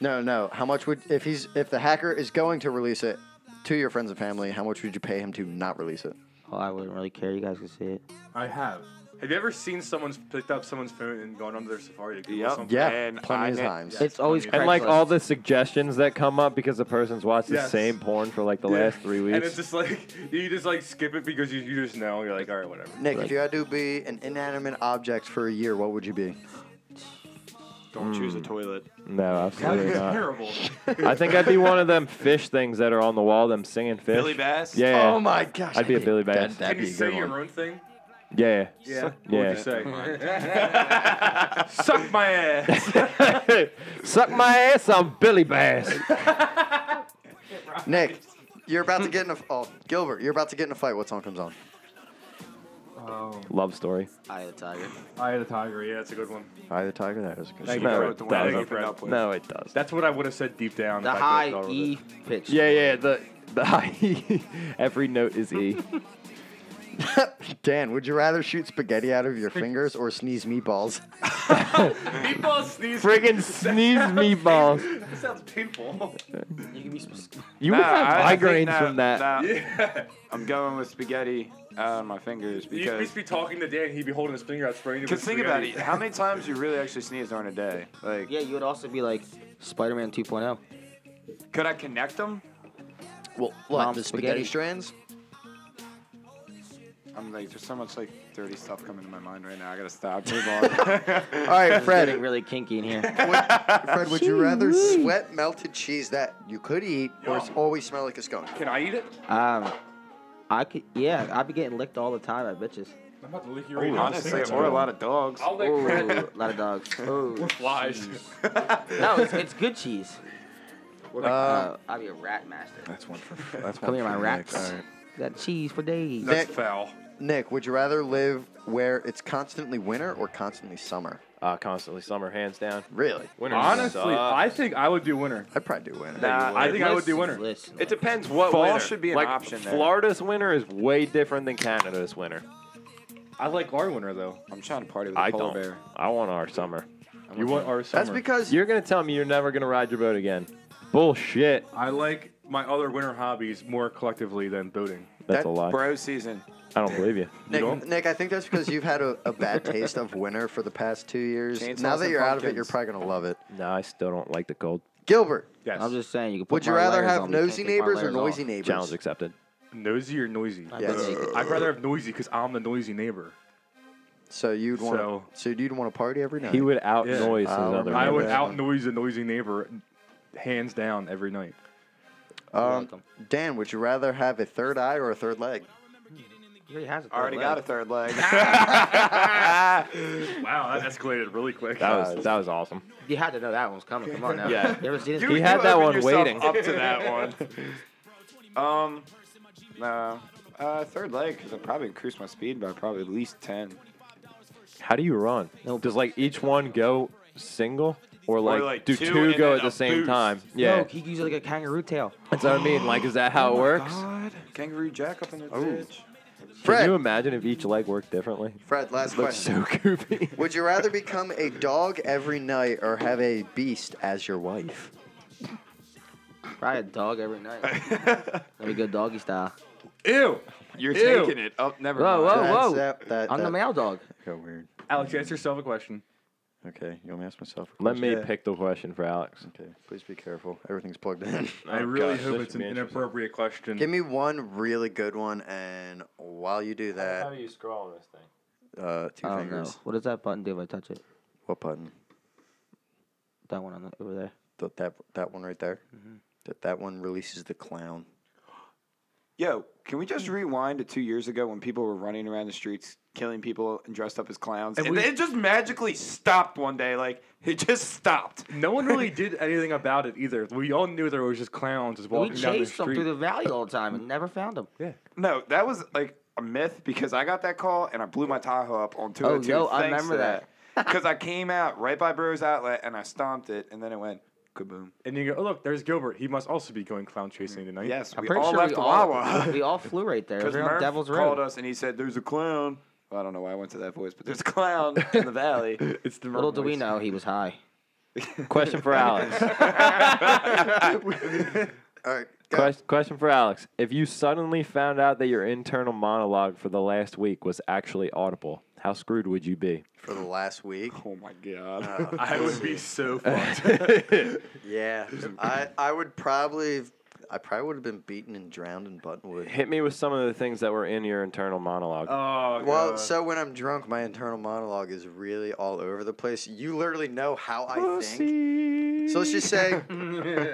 No, no. How much would if he's if the hacker is going to release it to your friends and family? How much would you pay him to not release it? Oh, I wouldn't really care. You guys can see it. I have. Have you ever seen someone's picked up someone's phone and gone under their Safari to Google Yep. something? Yeah, And plenty I of ne- times. It's always funny. and like Craigslist. all the suggestions that come up because the person's watched the Yes. same porn for like the Yeah. last three weeks. And it's just like you just like skip it because you, you just know you're like all right whatever. Nick, if you had to be an inanimate object for a year, what would you be? Don't choose a toilet. no, absolutely not. terrible. I think I'd be one of them fish things that are on the wall. Them singing fish. Billy Bass. Yeah. Oh my gosh! I'd be a Billy Bass. Can you say your own thing? Yeah. Yeah. What Yeah. would you say? Suck my ass. Suck my ass, I'm Billy Bass. Nick, you're about to get in a oh, Gilbert, you're about to get in a fight. What song comes on? Love story. Eye of the tiger. I had a tiger. Yeah, that's a good one. Eye of the Tiger. That is a good. Thank you, No, Fred. it Thank you, doesn't. Fred. No, it does. That's what I would have said deep down. The if I could've high thought of it. E pitch. Yeah, yeah. The the high. Every note is E. Dan, would you rather shoot spaghetti out of your fingers or sneeze meatballs? Meatballs sneeze. Friggin' sneeze meatballs. That sounds painful. You can be specific. You would have I- I think migraines now- from that. now yeah. I'm going with spaghetti out of my fingers You'd because. just be talking to Dan. He'd be holding his finger out, spraying it. Because with think about it, spaghetti. how many times you really actually sneeze during a day? Like, Yeah, you would also be like Spider-Man oh. 2.0. could I connect them? Well, what Um, the spaghetti, spaghetti. strands? I'm like, there's so much like dirty stuff coming to my mind right now. I gotta stop. Move on. All right, Getting Fred. really kinky in here. Fred, would you rather sweat melted cheese that you could eat, or s- always smell like a skunk? Can I eat it? Um, I could, yeah, I'd be getting licked all the time by bitches. I'm about to lick your ear. Honestly, or a lot of dogs. I'll lick Ooh, Fred. a lot of dogs. Ooh. Flies. No, it's, it's good cheese. Uh, I'd be a rat master. That's one for. That's Come here, my rats. Got cheese for days. Nick, That's foul. Nick, would you rather live where it's constantly winter or constantly summer? Uh, constantly summer, hands down. Really? Winter Honestly, sucks. I think I would do winter. I'd probably do winter. Nah, I think I would do winter. Listen, It depends what Fall winter. should be an like, option there. Florida's winter is way different than Canada's winter. I like our winter though. I'm trying to party with a I polar don't. bear. I want our summer. You want our summer? That's because You're gonna tell me you're never gonna ride your boat again? Bullshit. I like my other winter hobbies more collectively than boating. That's That- a lie. Bro season. I don't believe you. Nick, don't? Nick, I think that's because you've had a, a bad taste of winter for the past two years. Chainsaws now that and you're out of it, pumpkins. you're probably gonna love it. No, I still don't like the cold. Gilbert, Yes. I'm just saying. You can put would you my rather layers have on, but you can't nosy take my neighbors or layers noisy off. neighbors? Challenge accepted. nosy or noisy. I Yes. bet you could- I'd rather have noisy because I'm the noisy neighbor. So you'd want So- so you'd want to party every night. He would outnoise Yeah. his other. I I neighbor. would Yeah. outnoise a noisy neighbor, hands down, every night. Um, welcome. Dan, would you rather have a third eye or a third leg? He already has a third Already leg. got a third leg. Wow, that escalated really quick. That was that was awesome. You had to know that one was coming. Come on now. Yeah. You ever seen his You- He you had that opened one yourself waiting. Up to that one. um, no. Uh, third leg because I probably increased my speed by probably at least ten. How do you run? Does like each one go single or like, like, do two two and go then at the a same boost. time? Yeah. Yeah. No, he used like a kangaroo tail. That's what I mean. Like, is that how it works? God, kangaroo jack up in the ditch. Can Fred. you imagine if each leg worked differently? Fred, last Looks question. so goofy. Would you rather become a dog every night or have a beast as your wife? Probably a dog every night. That'd be good doggy style. Ew. You're Ew. taking it up. Never Whoa, mind. whoa, whoa. That, that, I'm the that male dog. got weird. Alex, ask yourself a question. Okay, you want me to ask myself? a Let me question? pick the question for Alex. Okay, please be careful. Everything's plugged in. I Oh, really gosh, hope it's an this should be interesting. inappropriate question. Give me one really good one, and while you do that, do you scroll on this thing? uh, two I don't know. fingers. What does that button do if I touch it? What button? That one on the, over there. Th- that that one right there. That that one releases the clown. Yo, can we just rewind to two years ago when people were running around the streets killing people and dressed up as clowns? And, it just magically stopped one day. Like it just stopped. No one really did anything about it either. We all knew there was just clowns just We walking down the chased them street. through the valley all the time and never found them. No, that was like a myth because I got that call and I blew my Tahoe up on 202. yo, I remember that. Because I came out right by Brewers Outlet and I stomped it and then it went kaboom. and you go, oh look, there's Gilbert. He must also be going clown chasing tonight. Yes, I'm we pretty all sure left we, Wawa. all, we all flew right there. Because We were on Murph Devil's called Road. us and he said, "There's a clown." Well, I don't know why I went to that voice, but there's a clown in the valley. It's the Little do we know he was high. Question for Alex. All right, go. Quest- question for Alex. If you suddenly found out that your internal monologue for the last week was actually audible, how screwed would you be? for the last week. Oh my god! I would be so fucked. Yeah, I I would probably I probably would have been beaten and drowned in Buttonwood. Hit me with some of the things that were in your internal monologue. Uh, oh, Well, God. so when I'm drunk, my internal monologue is really all over the place. You literally know how I think. So let's just say I'm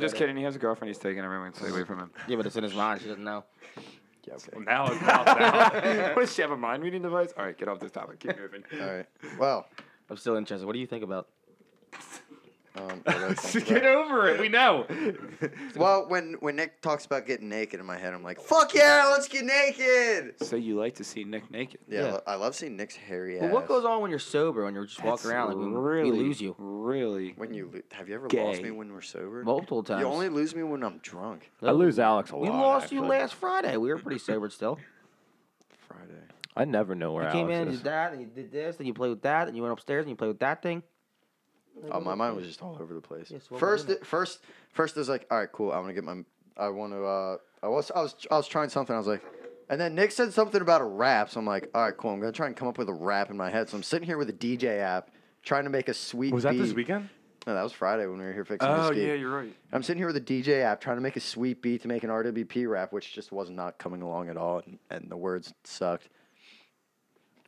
just kidding. He has a girlfriend. He's taking everyone stay away from him. Yeah, but it's in his mind. She doesn't know. now it's out now. what does she have a mind reading device? All right, get off this topic. Keep moving. all right. Well, I'm still interested. What do you think about? um, what do I think Get about- over it. We know. well, when when Nick talks about getting naked in my head, I'm like, fuck yeah, let's get naked. So you like to see Nick naked? Yeah, Yeah. lo- I love seeing Nick's hairy ass. Well, what goes on when you're sober and you're just walking around like we, we lose you Really? when you lo- have you ever Gay. lost me when we're sober? multiple times? You only lose me when I'm drunk. I lose Alex a lot. We lost you actually. last Friday. We were pretty sobered still. Friday. I never know where You Alex came in and is. did that, and you did this, and you played with that, and you went upstairs and you played with that thing. Oh, my mind was just all over the place. Yes, what was first, in it, first, first, it was like, all right, cool. I want to get my. I want to. Uh, I was, I was, I was trying something. I was like, and then Nick said something about a rap. So I'm like, all right, cool. I'm gonna try and come up with a rap in my head. So I'm sitting here with a DJ app, trying to make a sweet. Was that this beat. weekend? No, that was Friday when we were here fixing Oh the ski. yeah, you're right. I'm sitting here with a DJ app trying to make a sweet beat to make an RWP rap, which just was not coming along at all, and, and the words sucked.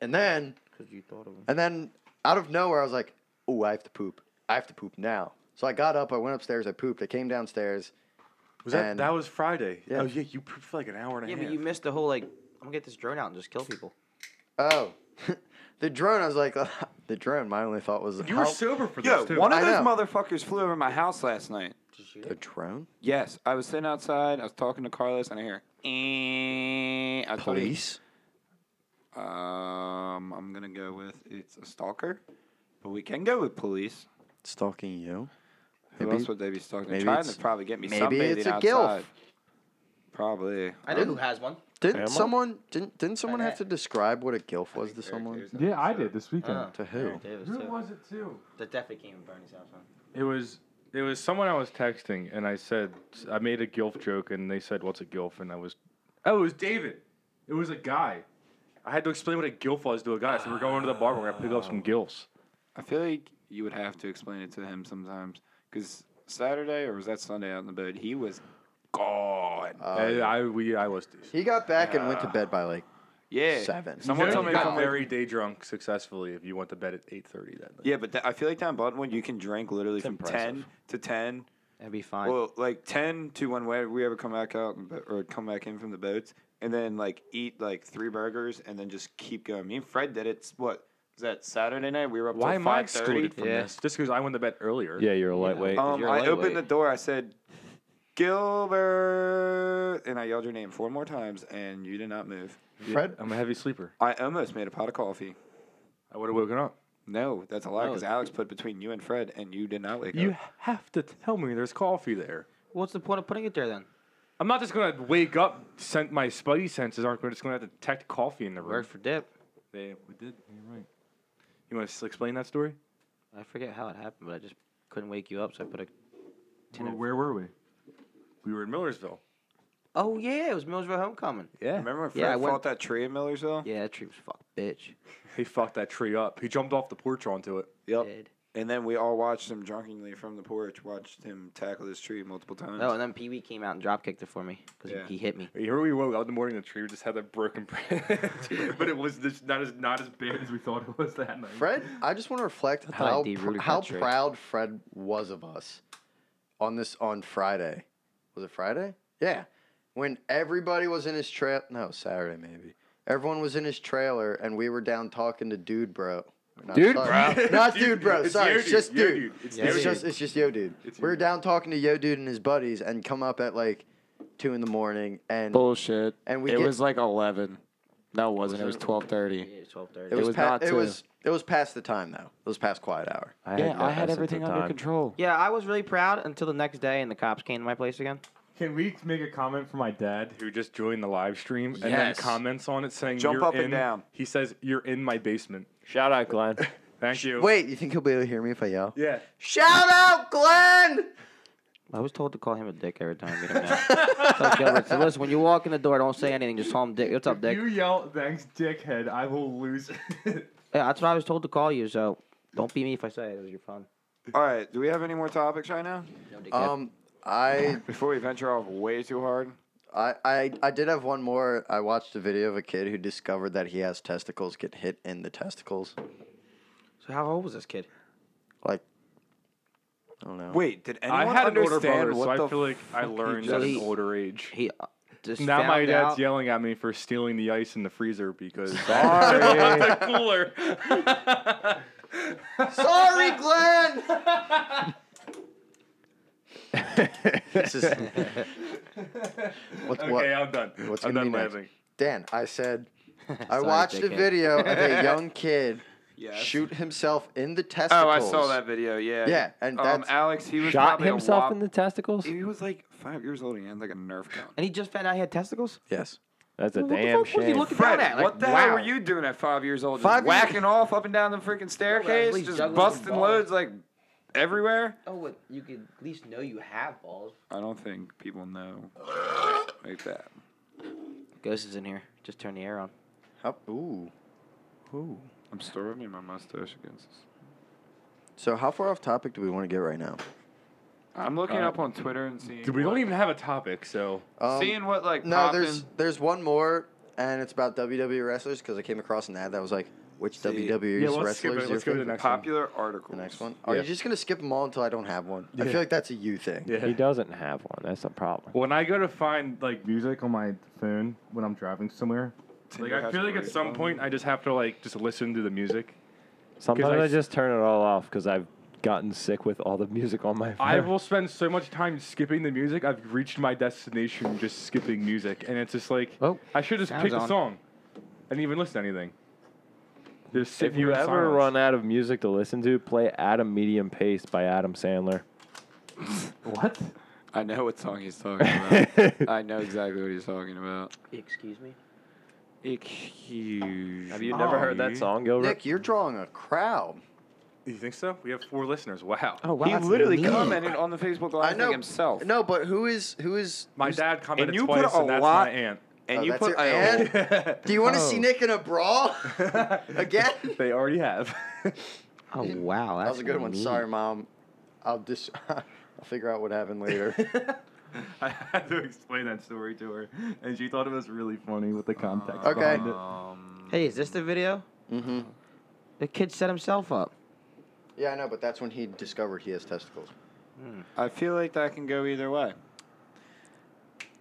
And then, Because you thought of him. and then out of nowhere, I was like, "Oh, I have to poop. I have to poop now." So I got up, I went upstairs, I pooped, I came downstairs. Was that And- that was Friday? Yeah. Oh yeah, you pooped for like an hour and a Yeah, half. but you missed the whole like. I'm gonna get this drone out and just kill people. Oh, the drone! I was like, the drone. My only thought was, You were how- sober for Yo, this too. one of I those know. motherfuckers flew over my house last night. a drone? Yes, I was sitting outside. I was talking to Carlos, and I hear. "Eh," I thought he- Police? Um, I'm gonna go with it's a stalker, but we can go with police. Stalking you? Who Maybe- else would they be stalking? They're maybe trying it's- to probably get me maybe sunbathing it's a gilf. outside. Probably. Um, I know who has one. Didn't Am I? someone? Didn't didn't someone have to that. describe what a gilf was to someone? yeah, I did this weekend. To who? Oh. Davis, Who too. was it too? That definitely came from Bernie's house. Huh? It was it was someone I was texting, and I said I made a gilf joke, and they said, "What's a gilf?" And I was, oh, it was David. It was a guy. I had to explain what a gilf was to a guy. So we're going to the bar. We're gonna pick up some gilfs. I feel like you would have to explain it to him sometimes, because Saturday or was that Sunday out in the boat? He was gone. Uh, and I we I was. He got back and went to bed by like yeah. seven. Someone you told me got about very day drunk successfully if you went to bed at eight thirty that night. Yeah, but th- I feel like down Buttonwood you can drink literally from impressive. ten to ten That'd be fine. Well, like ten to when we we ever come back out and bo- or come back in from the boats, and then like eat like three burgers, and then just keep going. Me and Fred did it. s- What was that Saturday night? We were up. Why till am 5:30? I excluded from Yeah. this? Just because I went to bed earlier. Yeah, you're a lightweight. Um, you're I lightweight. opened the door. I said, "Gilbert," and I yelled your name four more times, and you did not move. Fred? I'm a heavy sleeper. I almost made a pot of coffee. I would have woken up. No, that's a lie because Alex put between you and Fred, and you did not wake You up. have to tell me there's coffee there. What's the point of putting it there then? I'm not just gonna wake up. Sent my spidey senses aren't gonna just gonna detect coffee in the room. Word for dip. They we did. You're right. You want to explain that story? I forget how it happened, but I just couldn't wake you up, so I put a. Tin Where, of- where were we? We were in Millersville. Oh yeah, it was Millsville homecoming. Yeah. Remember when Fred Yeah, I fought went- that tree in Millersville? Yeah, that tree was fuck bitch. He fucked that tree up. He jumped off the porch onto it. Yep. Dead. And then we all watched him drunkenly from the porch, watched him tackle this tree multiple times. Oh, and then Pee Wee came out and drop kicked it for me because Yeah. he hit me. Here we woke up in the morning. The tree just had that broken branch, but it was this, not as not as bad as we thought it was that night. Fred, I just want to reflect I like how the pr- Rudy how Patrick. proud Fred was of us on this on Friday. Was it Friday? Yeah, when everybody was in his trail. No, Saturday maybe. Everyone was in his trailer, and we were down talking to Dude Bro. Not- Dude sorry. not Dude Bro. It's Sorry, Yo it's just Yo Dude. It's Yeah, Yo it's Dude. just it's just Yo Dude. we were down talking to Yo Dude and his buddies, and come up at like two in the morning, and Bullshit. And we it get- was like eleven. No, it wasn't. It was twelve Yeah, thirty. it was twelve it thirty. was, was pa- not it two. was it was past the time though. It was past quiet hour. I Yeah, I that had sense of everything under time. control. Yeah, I was really proud until the next day and the cops came to my place again. Can we make a comment for my dad who just joined the live stream and then Yes. comments on it saying Jump "You're up and in-" down. He says you're in my basement. Shout out, Glenn. Thank you. Wait, you think he'll be able to hear me if I yell? Yeah. Shout out, Glenn! I was told to call him a dick every time. we him out. Tell Gilbert, so listen, when you walk in the door, don't say anything. Just call him dick. What's up, dick? yell "Thanks, dickhead," I will lose. Yeah, that's what I was told to call you. So don't beat me if I say it. It was your phone. all right, do we have any more topics right now? No, dickhead. Uh, Um, I, Before we venture off way too hard? I, I, I did have one more. I watched a video of a kid who discovered that he has testicles get hit in the testicles. so how old was this kid? Like, I don't know. Wait, did anyone I had an older understand brother, what so I the feel like I learned at an just- older age. He uh, just Now my found dad's out- yelling at me for stealing the ice in the freezer because Sorry. the cooler. Sorry, Glenn! this is, what, okay, what, I'm done. what's I'm gonna done be next? laughing. Dan, I said, I Sorry, watched a dickhead. video of a young kid Yes. shoot himself in the testicles. Oh, I saw that video. Yeah. Yeah, and um, that's- Alex, he was Shot probably a himself whop- in the testicles. He was like five years old and he had like a Nerf gun. And he just found out he had testicles. Yes. That's a What the damn fuck was he shame. looking down Fred, at? Like, what the hell wow. were you doing at five years old? Five Just years- whacking off up and down the freaking staircase, least just juggling busting balls. loads like everywhere. Oh, what? You could at least know you have balls. I don't think people know like that. Ghost is in here. Just turn the air on. How, ooh. Ooh. I'm still rubbing my mustache against this. So, how far off topic do we want to get right now? I'm looking Uh, up on Twitter and seeing. Dude, we what- don't even have a topic, so Um, seeing what like no, poppin'- there's there's one more, and it's about WWE wrestlers because I came across an ad that was like, which WWE Yeah, let's skip it. wrestlers? is your Let's go to the favorite? next one. popular articles. The next one. Are Yeah. you just gonna skip them all until I don't have one? I Yeah. feel like that's a you thing. He doesn't have one. That's a problem. When I go to find like music on my phone when I'm driving somewhere, like Tinder I has feel like at great some phones. point I just have to like just listen to the music. Sometimes I I, s- just turn it all off because I've gotten sick with all the music on my phone. I will spend so much time skipping the music. I've reached my destination just skipping music, and it's just like Oh, I should just sound's pick a on. song. I didn't even listen to anything. Just sit if you here in ever silence. run out of music to listen to, play At a Medium Pace by Adam Sandler. what? I know what song he's talking about. I know exactly what he's talking about. Excuse me. Excuse. Have you never heard that song, Gilbert? Nick, you're drawing a crowd. You think so? We have four listeners. Wow. Oh wow. He that's literally mean. commented on the Facebook live thing himself. No, but who is who is? My dad commented and you put twice, a and that's lot- my aunt. And Oh, you that's put your a ad? Do you want to see Oh. Nick in a brawl again? They already have. Oh wow. that That's was a good one. mean. Sorry, mom. I'll dis- I'll figure out what happened later. I had to explain that story to her, and she thought it was really funny with the context. Okay. behind it. Hey, is this the video? mm-hmm. The kid set himself up. Yeah, I know, but that's when he discovered he has testicles. I feel like that can go either way.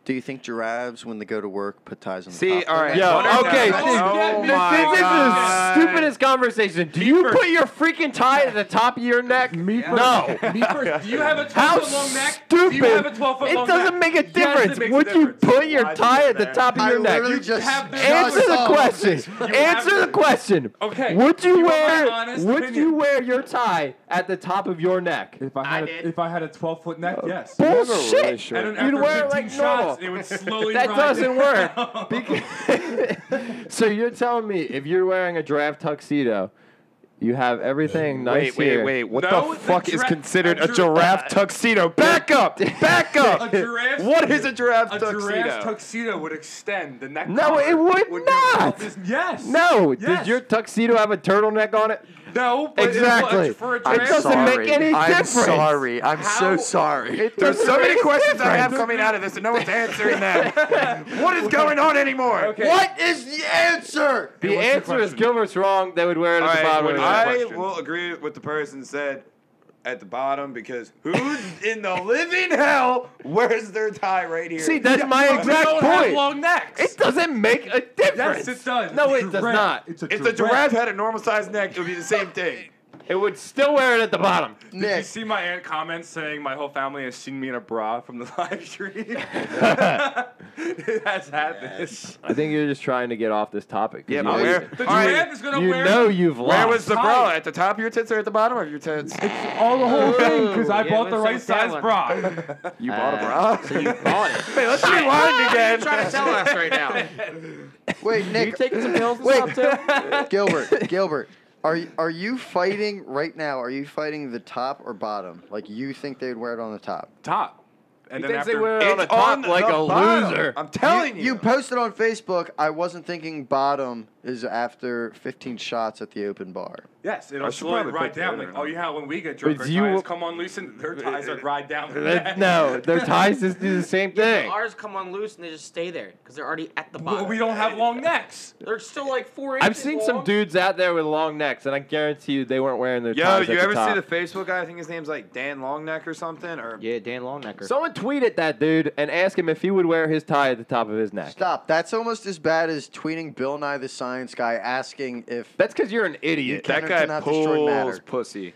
Do you think giraffes, when they go to work, put ties on the See, top? all right. Yo, Butter okay. knife. this- Oh my this is God. the stupidest conversation. Do you put your freaking tie at the top of your neck? Me first. No. Me first. Do you have a 12 How foot long neck? stupid! Do you have a 12 foot long it doesn't neck? make a Yes, it difference. makes a Would difference. you put your Why do tie you at the care? top of I your neck? literally just have their Answer the saw question. You Answer have- the question. Okay, Would you, you want my wear honest Would you opinion. wear your tie at the top of your neck? If I had, a, if I had a 12 foot neck, yes. really Bullshit. short. And then after You'd wear 15 it like normal. shots, it would slowly That rise. doesn't work. Because- so you're telling me if you're wearing a draft tuxedo, you have everything nice Wait, wait, here. wait. What No, the the fuck is gira- considered a a, gir- giraffe tuxedo? Back up! Back up! A giraffe- What is a giraffe A tuxedo? giraffe's tuxedo would extend the neck. No, collar it would go not. up his- yes. No, Yes. does your tuxedo have a turtleneck on it? No. But Exactly. It, for a I'm giraffe, doesn't sorry. make any I'm difference. sorry. I'm so How- sorry. There's so many questions I have difference. coming out of this, and no one's answering them. what is going on anymore? Okay. What is the answer? The what's your answer is question? Gilbert's wrong. They would wear it All at the right, bottom. of when the I neck. will agree with what the person said at the bottom because who's in the living hell wears their tie right here? See, that's my But we exact don't Have point. long necks. It doesn't make a difference. yes, it does. No, It's it does giraffe. not. It's a if the giraffe had a normal sized neck, it would be the same thing. It would still wear it at the bottom. Did you Nick, see my aunt comment saying my whole family has seen me in a bra from the live stream? it has happened. I think you're just trying to get off this topic. 'cause Yeah, you but know where- you- The All right, giraffe is gonna you wear. know you've Where lost. was the bra? At the top of your tits or at the bottom of your tits? all the whole thing because I yeah, bought the let's sit right down size one. bra. You bought a bra? So you bought it. Wait, let's rewind again. trying to sell us right now. wait, You Nick, taking some pills and Wait. stuff too? Gilbert, Gilbert, are you, are you fighting right now? Are you fighting the top or bottom? Like you think they'd wear it on the top? Top. And then thinks they after wear it on the top like the a bottom. loser. I'm telling you. You posted on Facebook. I wasn't thinking bottom is after 15 shots at the open bar. Yes, I it'll should slowly probably ride put down. the Like, other oh, one. you know, when we get drunk, But our you- ties come on loose and their ties are ride down. That- no, their ties just do the same thing. Ours come on loose and they just stay there because they're already at the Well, bottom. we don't have long necks. They're still like four inches. I've seen some long. dudes out there with long necks, and I guarantee you they weren't wearing their Yo, ties you at ever the top. see the Facebook guy? I think his name's like Dan Longneck or something. Or Yeah, Dan Longnecker. Someone tweet at that dude and ask him if he would wear his tie at the top of his neck. Stop. That's almost as bad as tweeting Bill Nye the Science Guy asking if. That's because you're an idiot. can- Cannot- that guy cannot destroy pulls matter. pussy.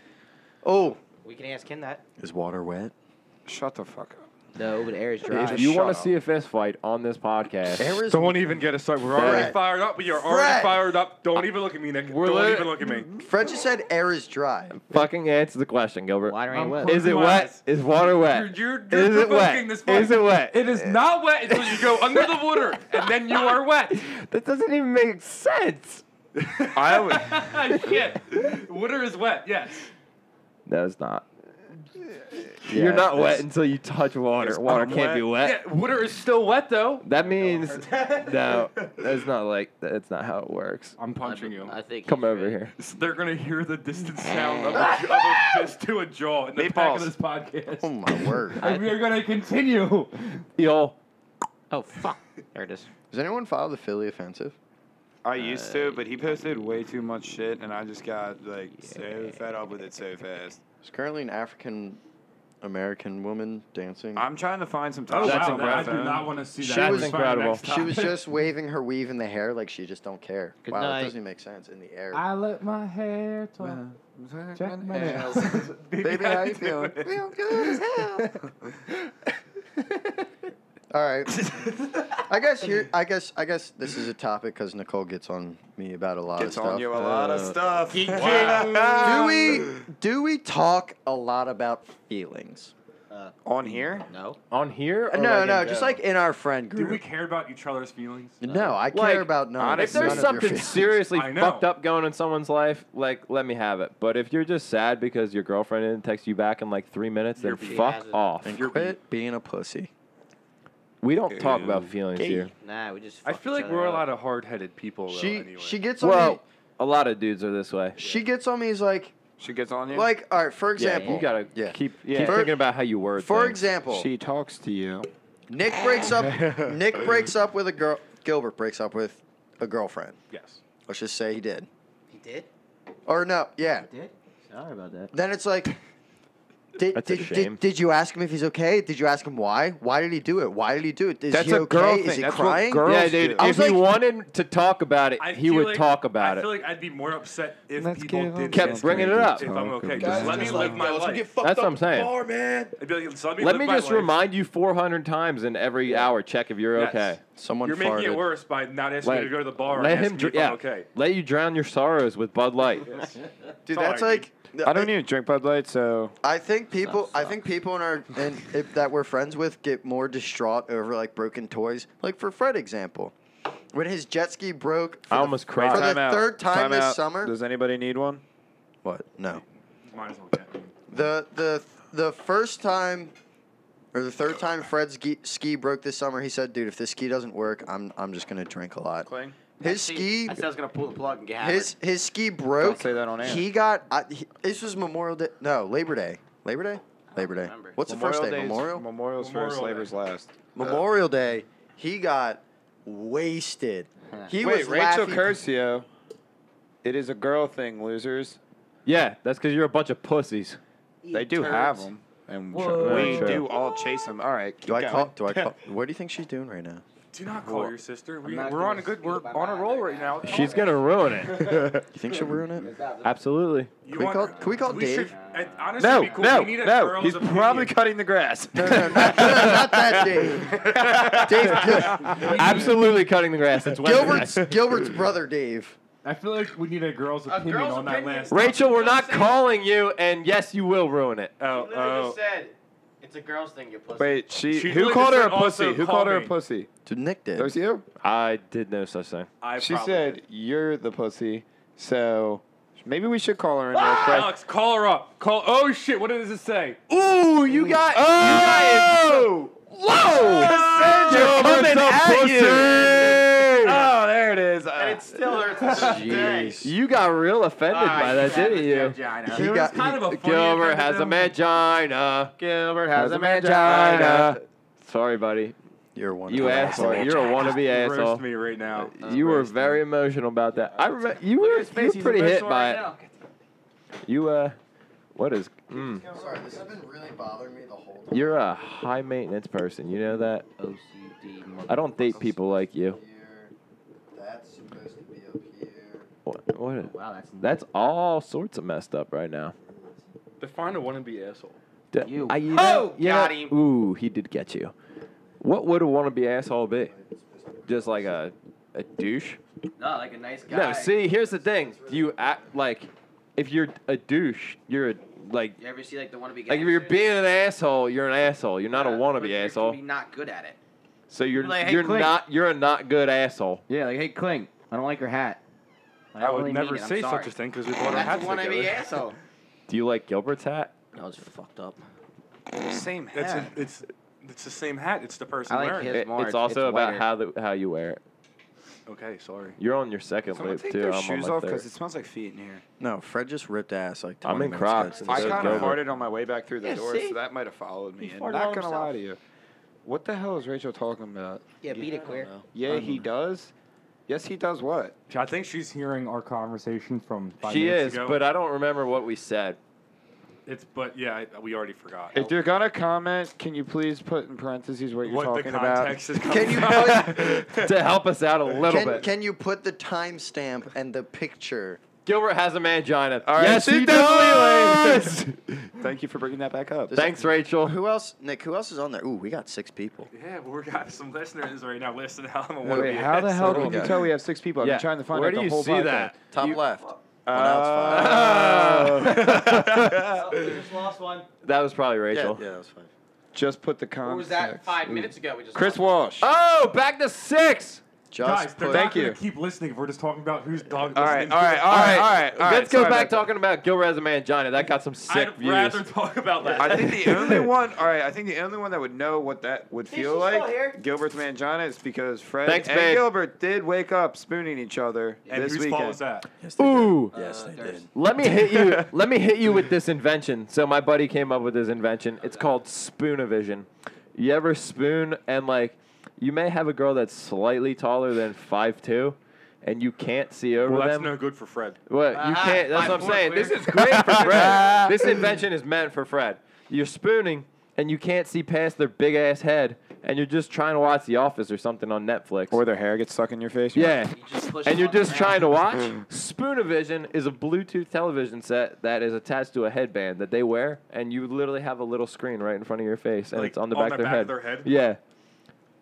Oh, we can ask him that. is water wet? Shut the fuck up. No, but air is dry. if you shut want up. to see a fist fight on this podcast, Air is Don't even get us started. We're already already fired up. You're Fred. already fired up. Don't even look at me, Nick. We're Don't lit- even look at me. Fred just said air is dry. fucking answer the question, Gilbert. Water ain't I'm wet. close. Is it Come on. wet? Is water wet? You're, you're, Is you're it provoking wet? this fight. Is it wet? It is not wet until you go under the water, and then you are wet. That doesn't even make sense. I would. yeah. Water is wet, yes. No, it's not. You're not wet until you touch water. Water I'm can't be wet. Yeah, water is still wet, though. That means no. That's not like that's not how it works. I'm punching you. I think. Come he's over right. here. They're going to hear the distant sound of a, of a fist to a jaw in the back of this podcast. Oh my word. And we're going to continue. Yo, Oh fuck! There it is. Does anyone follow the Philly offensive? I used to, but he posted way too much shit, and I just got like so fed up with it so fast. There's currently an African American woman dancing. I'm trying to find some time. Oh, That's wow, that- I impressive. do not want to see that. She was Let's find the incredible. next She was topic. just waving her weave in the hair like she just don't care. Good wow, night. that doesn't even make sense in the air. let my hair talk. Check my nails. Baby, how you feeling? Feeling good as hell. All right. I guess here. I guess. I guess this is a topic because Nicole gets on me about a lot Gets of stuff. on you a lot of Uh, stuff. Do Wow. we do we talk a lot about feelings? on here? No. on here? or, no, like, no, in just general? like in our friend Do we group. care about each other's feelings? no, I care Like, about none. If honestly- none there's of your something feelings. seriously I know. fucked up going in someone's life, like let me have it. But if you're just sad because your girlfriend didn't text you back in like three minutes, then You're being fuck hazardous. off. and quit being a pussy. We don't talk about feelings here. Nah, we just. I fuck feel each like other we're a up. lot of hard headed people, though, She anyway. she gets on me. Well, a lot of dudes are this way. She gets on me. Is like She gets on you. like all right. For Yeah, example, you gotta Yeah. keep Yeah. keep For- thinking about how you word. For things. example, She talks to you. Nick breaks up. Nick breaks up with a girl. Gilbert breaks up with a girlfriend. yes. Let's just say he did. He did. Or no, yeah. Did. Sorry about that. Then it's like, Did, That's a did, shame. Did, did you ask him if he's okay? Did you ask him why? Why did he do it? Why did he do it? Is That's he a okay? girl Is thing. he That's what crying? girls yeah, dude. do. If I was he like- wanted to talk about it, he feel would like- talk about I it. feel like I'd be more upset if Let's people give didn't up. Kept ask bringing it up. if I'm okay. Guys, Just let me just live my life. That's what I'm saying. I'd be like, so let me Let live me my just life. remind you 400 times in every hour check if you're Yes. okay. Someone You're making it worse by not asking Let- me to go to the bar. let and him, asking dr- me if yeah. I'm okay. Let you drown your sorrows with Bud Light. Dude, Sorry, that's like. I don't even drink Bud Light, so I think people. I think people in our and if, that we're friends with get more distraught over like broken toys. Like for Fred example, when his jet ski broke. For I the- almost cried. For the uh, Time out. third time, Time this out. summer. Does anybody need one? what? No. Might as well get him. The the the first time or the third time Fred's ski, ski broke this summer, he said, "Dude, if this ski doesn't work, I'm I'm just gonna drink a lot." His ski I said I was gonna pull the plug and get hammered. his his ski broke. Don't say that on air. He got I, he, this was Memorial Day. No, Labor Day. Labor Day. Labor Day. remember. What's the first day? Day's- uh, Memorial. Memorial's first, Memorial Labor's last. Memorial Day. He got wasted. He Wait, was Rachel laughing. Curcio. It is a girl thing, losers. yeah, that's because you're a bunch of pussies. They do have them, and Whoa. we Sure. do all chase them. All right. Do I call? Do I call? What do you think she's doing right now? Do not call your sister. We, not we're on gonna a good. We're speak my on a mind roll right right now. She's gonna ruin it. You think she'll ruin it? Absolutely. You Can we want- call- can we call we Dave? Should, I- honestly, No, be cool. no, we need a no. girl's He's opinion. probably cutting the grass. Not that Dave. Dave Gil- Absolutely cutting the grass. It's Wednesday. Gilbert's Gilbert's brother Dave. I feel like we need a girl's opinion girl's on opinion. that last. Rachel, we're not calling you, and yes, you will ruin it. Oh, oh. said, "It's a girl's thing, you pussy." Uh, Wait, she, She who literally called her a said also pussy? Who call called her a me. pussy? To Nick did. That was you. I did know such thing. I She probably said did. you're the pussy, so maybe we should call her in real quick. Alex, call her up. Call. Oh shit! What does it say? Ooh, you got. Oh! You're coming at you. Oh, there it is. And it still hurts to this day. You, got real offended by that, didn't you? He It was got- kind he- of a funny Gilbert effect, has a though. mangina. Gilbert has a man. Mangina. Sorry, buddy. You're one. You asshole. You're a wannabe asshole. Roast me right now. You were very emotional about that. I remember you were, you were pretty hit by it. You uh, what is? Mm, I'm sorry. This has been really bothering me the whole time. you're a high maintenance person. You know that. OCD. I don't date people like you. Here, that's supposed to be up here. What? what Wow, that's that's all sorts of messed up right now. Define a wannabe asshole. D- You. I, you Oh, know, you got know- him. Ooh, he did get you. What would a wannabe asshole be? Just like a, a douche? no, like a nice guy. No, see, here's the thing. You act like if you're a douche, you're a, like You ever see like the wannabe? like if you're being an asshole, you're an asshole. You're not a wannabe asshole. You're not good at it. So you're like, hey, you're Clint. not you're a not good asshole. Yeah, like hey, Kling, I don't like your hat. I would never say such a thing because we bought our That's hats one of the together. asshole. Do you like Gilbert's hat? That was fucked up. Same It's, it's it's the same hat. It's the person I like wearing his it. It- more, it's it's- also it's about whiter. how the, how you wear it. Okay, sorry. You're on your second Someone loop take too. their I'm on shoes my off third. because it smells like feet in here. No, Fred just ripped ass like. 20 I'm in minutes Crocs. ago. It's I so kind of good. farted on my way back through the Yeah, door, see? so that might have followed me. And farted not on gonna himself. lie to you, what the hell is Rachel talking about? Yeah, beat it queer. Yeah, he Um, does. Yes, he does. What? I think she's hearing our conversation from five She is, but I don't remember what we said. it's but yeah, I, we already forgot. If you're gonna comment, can you please put in parentheses what you're what talking the about? context is coming Can you from. put, to help us out a little can, bit. can you put the timestamp and the picture? Gilbert has a mangina. All right, yes, she he does. does. Thank you for bringing that back up. Thanks, Rachel. Who else? Nick, who else is on there? Ooh, we got six people. yeah, well, we got some listeners right now listening. How I'm a wannabe Wait, how the asshole. hell can you Okay. tell we have six people? I've Yeah. been trying to find Where out do the you whole see podcast. that? Top You- left. Well, now it's five. we just lost one. That was probably yeah, Rachel. yeah, that was fine. Just put the comment. What was that? Five minutes ago, we just. Chris lost Walsh. Oh, back to six. Just Guys, they're put, not Thank gonna you. Keep listening. If we're just talking about who's dog. all right, listening all to. right, all right, all right. all Let's right, go sorry back about talking about Gilbert has a mangina. That got some sick I'd views. rather talk about that. that. I think the only one. All right, I think the only one that would know what that would feel she's like still here. Gilbert's Mangina is because Fred Thanks, and babe. Gilbert did wake up spooning each other and this whose weekend. fault was that? yes, they Ooh. did. Yes, they did. Let me hit you. let me hit you with this invention. So my buddy came up with this invention. It's called Spoonavision. You ever spoon and like you may have a girl that's slightly taller than 5'2", and you can't see over Well, that's them. no good for Fred. What you Ah, can't? That's my what I'm point saying. clear. This is great for Fred. this invention is meant for Fred. You're spooning and you can't see past their big ass head, and you're just trying to watch The Office or something on Netflix. Or their hair gets stuck in your face. you're yeah. like, just push And them you're on the just ground. trying to watch. Mm. Spoonavision is a Bluetooth television set that is attached to a headband that they wear, and you literally have a little screen right in front of your face, and Like, it's on the on back, the of, their back head. of their head? Yeah.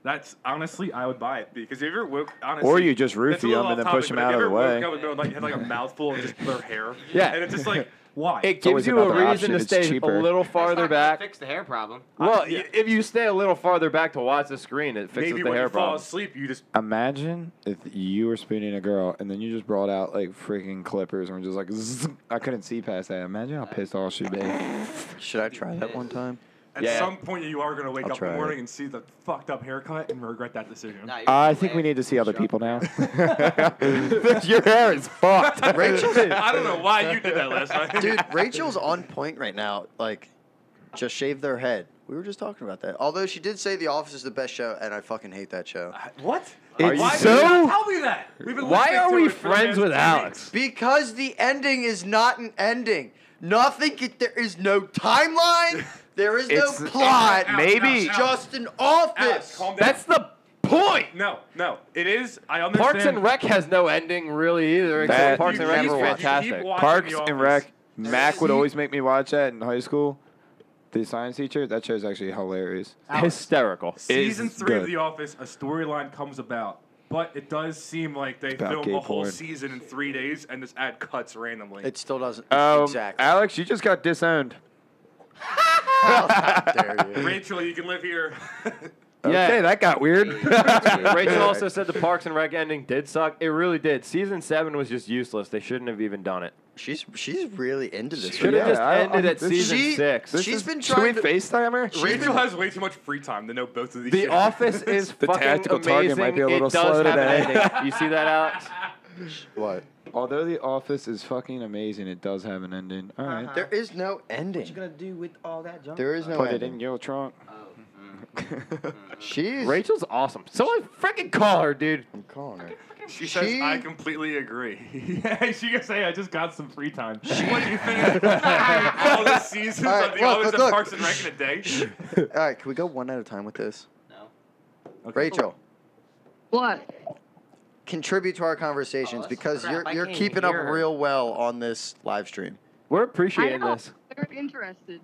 That's honestly, I would buy it because if you're woke, honestly, Or you just roofie it's a little them and off then push topic, them but out if of the you ever way. Woke up and they're like had like a mouthful of just their hair. Yeah. and it's just like why? It always gives you about the a reason option. to It's stay cheaper. a little farther back. Fix the hair problem. Well, y if you stay a little farther back to watch the screen, it fixes Maybe the when hair you fall problem. asleep, you just Imagine if you were spooning a girl and then you just brought out like freaking clippers and were just like, Zzz, I couldn't see past that. Imagine how pissed off she'd be. Should I try that one time? at Yeah. some point you are gonna wake I'll up in try the morning it. and see the fucked up haircut and regret that decision. Nah, you're I just think we laying- need to see other people now. Your hair is fucked. Rachel, I don't know why you did that last night. dude, Rachel's on point right now. Like, just shave their head. We were just talking about that. Although she did say The Office is the best show, and I fucking hate that show what? It's why so- did you tell me that? We've been Why listening are to we it for the friends past with two Alex? because the ending is not an ending. Nothing. c- There is no timeline. There is It's- no plot. Alex, maybe- it's just an office. Alex, calm down. That's the point. no, no. It is. I understand. Parks and Rec has no ending really either. Except That- Parks You and Rec keep- is you keep fantastic. watching Parks The and Office. Rec. Mac would always make me watch that in high school. The science teacher. That show's actually hilarious. Hysterical. Season is three of good. The Office, a storyline comes about, but it does seem like they About film gay a whole porn. season in three days and just add cuts randomly. It still doesn't. Um, exactly. Alex, you just got disowned. How dare you. Rachel, you can live here. Yeah. Okay, that got weird. Rachel also said the Parks and Rec ending did suck. It really did. Season seven was just useless. They shouldn't have even done it. She's she's really into this. right Should have Yeah, just I- ended I- at this is- season She- six. this She's Is- been should trying we to- FaceTimer? Rachel has way too much free time to know both of these. The shows. Office is The fucking tactical amazing. target might be a little it does slow have an today. ending. You see that, Alex? now. What? Although The Office is fucking amazing, it does have an ending. All right. There is no ending. What you gonna do with all that junk? There is no Put it in ending. your trunk. She's Rachel's awesome. Someone freaking call her, dude. I'm calling her. She says, She- I completely agree. yeah, she can say, I just got some free time. What, you finished all the seasons All right, of look, The Office look, and look. Parks and Rec in a day? All right, can we go one at a time with this? No. Oh, Rachel, What? contribute to our conversations that's because crap. you're I you're can't keeping up hear her. real well on this live stream. We're I appreciating know. this. Very interested.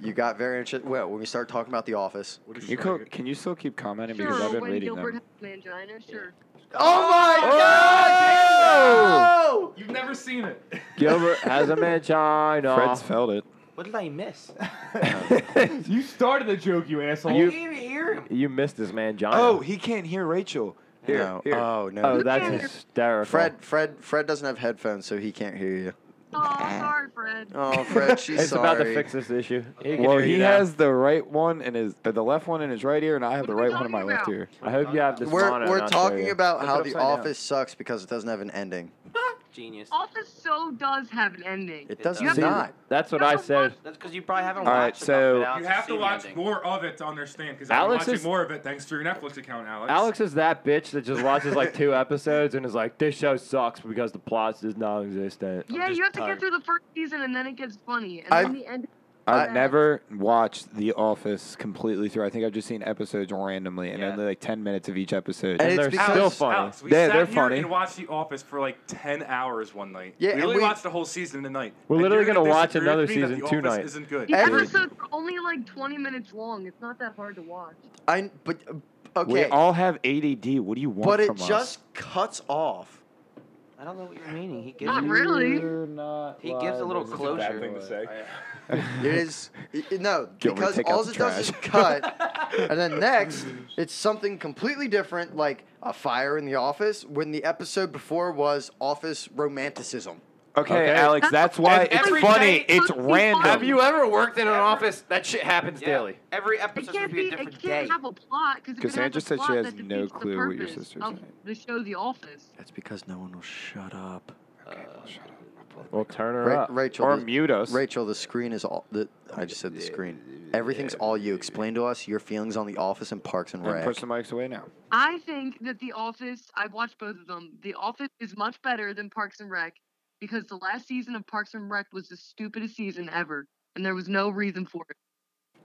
You got very interested. Well, when we start talking about the office. Can you, co- can you still keep commenting because I've Sure, been when reading Gilbert them. has an angina, sure. Oh my Oh! You've never seen it. Gilbert has a mangina. Fred's felt it. What did I miss? you started the joke, you asshole. you didn't even hear him. you missed his mangina. Oh, he can't hear Rachel. Here, no. here. Oh no. Oh, that's hysterical. Fred, Fred, Fred doesn't have headphones, so he can't hear you. Oh, sorry, Fred. Oh, Fred, she's it's sorry. about to fix this issue. He can well, hear you he now. has the right one in his, uh, the left one in his right ear, and I have What the are we right one in my talking left about? ear. I hope you have this We're mono we're not talking stereo. about how it the upside down. office sucks because it doesn't have an ending. Genius. Office so does have an ending. It does does. See, not. That's what I said. That's because you probably haven't All watched right, so- You have to watch more of it to understand because I'm Alex watching is- more of it thanks to your Netflix account, Alex. Alex is that bitch that just watches like two episodes and is like, "This show sucks because the plot is non-existent." yeah, just you have to tired. get through the first season and then it gets funny. And I- then the end. I've I- never watched The Office completely through. I think I've just seen episodes randomly, and Yeah. only like ten minutes of each episode. And And it's they're because- still funny. Alex, we They're- sat they're here funny. and watched The Office for like ten hours one night. Yeah, we and only we- watched the whole season tonight. We're And literally you're gonna watch disagree with another me that The season two Office night. Isn't good. The Every- episodes are only like 20 minutes long. It's not that hard to watch. I but okay, We all have ADD. What do you want but it from us? just cuts off. I don't know what you're meaning. He gives Not really. He gives a little closure. It is it- it- no Gilbert, because take out all the it does is cut, and then next it's something completely different, like a fire in the office. When the episode before was office romanticism. okay, Alex. That's why And it's every funny. day- it's Fucking random. fun. Have you ever worked in an office? That shit happens Every It episode would can't be be. a It different can't day. have a plot because Cassandra said she has no clue what your sister's of saying. The show The Office. That's because no one will shut up. Okay, well, shut up. We'll turn her Ra- up. Rachel Or the- mute us. Rachel, the screen is all. The, I just said the screen. Everything's all you. Explain to us your feelings on The Office and Parks and And Rec. push the mics away now. I think that The Office, I've watched both of them. The Office is much better than Parks and Rec because the last season of Parks and Rec was the stupidest season ever, and there was no reason for it.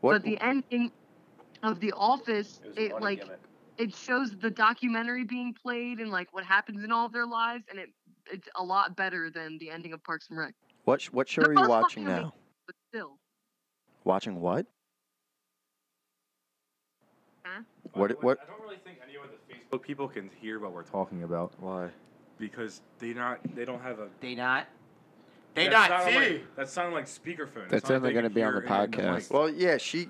But the ending of The Office, it, like it shows the documentary being played and like what happens in all of their lives, and it it's a lot better than the ending of Parks and Rec. What sh- what show They're are you both watching fucking now? But still, Watching what? Huh? What what? But people can hear what we're talking about Why? because they not they don't have a. They not. They That's not on, see. Like, that's sounding like speakerphone. That's not like only they gonna can be on hear the it in mic. podcast. Well, yeah, she.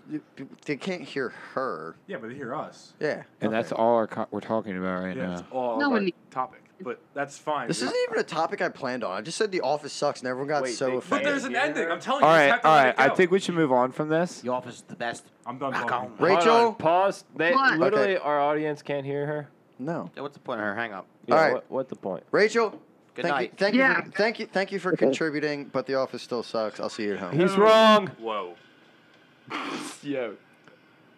They can't hear her. yeah, but they hear us. Yeah. And that's all our co- we're talking about right Yeah, now. it's all No no one one needs- topic, but that's fine. This We- isn't even a topic I planned on. I just said The Office sucks, and everyone got Wait, so they- But offended. there's an ending. I'm telling you. All you just right, have to all let right. it I go. think we should move on from this. The office is the best. I'm done. Back talking. on. Hold Rachel? on, pause. They What? literally our audience can't hear her. no. Yeah, what's the point of her? Hang up. Yeah, All right. What, what's the point? Rachel. Good thank night. You, thank you. Yeah. For, thank you. Thank you for contributing, but The Office still sucks. I'll see you at home. He's wrong. Whoa. Yo,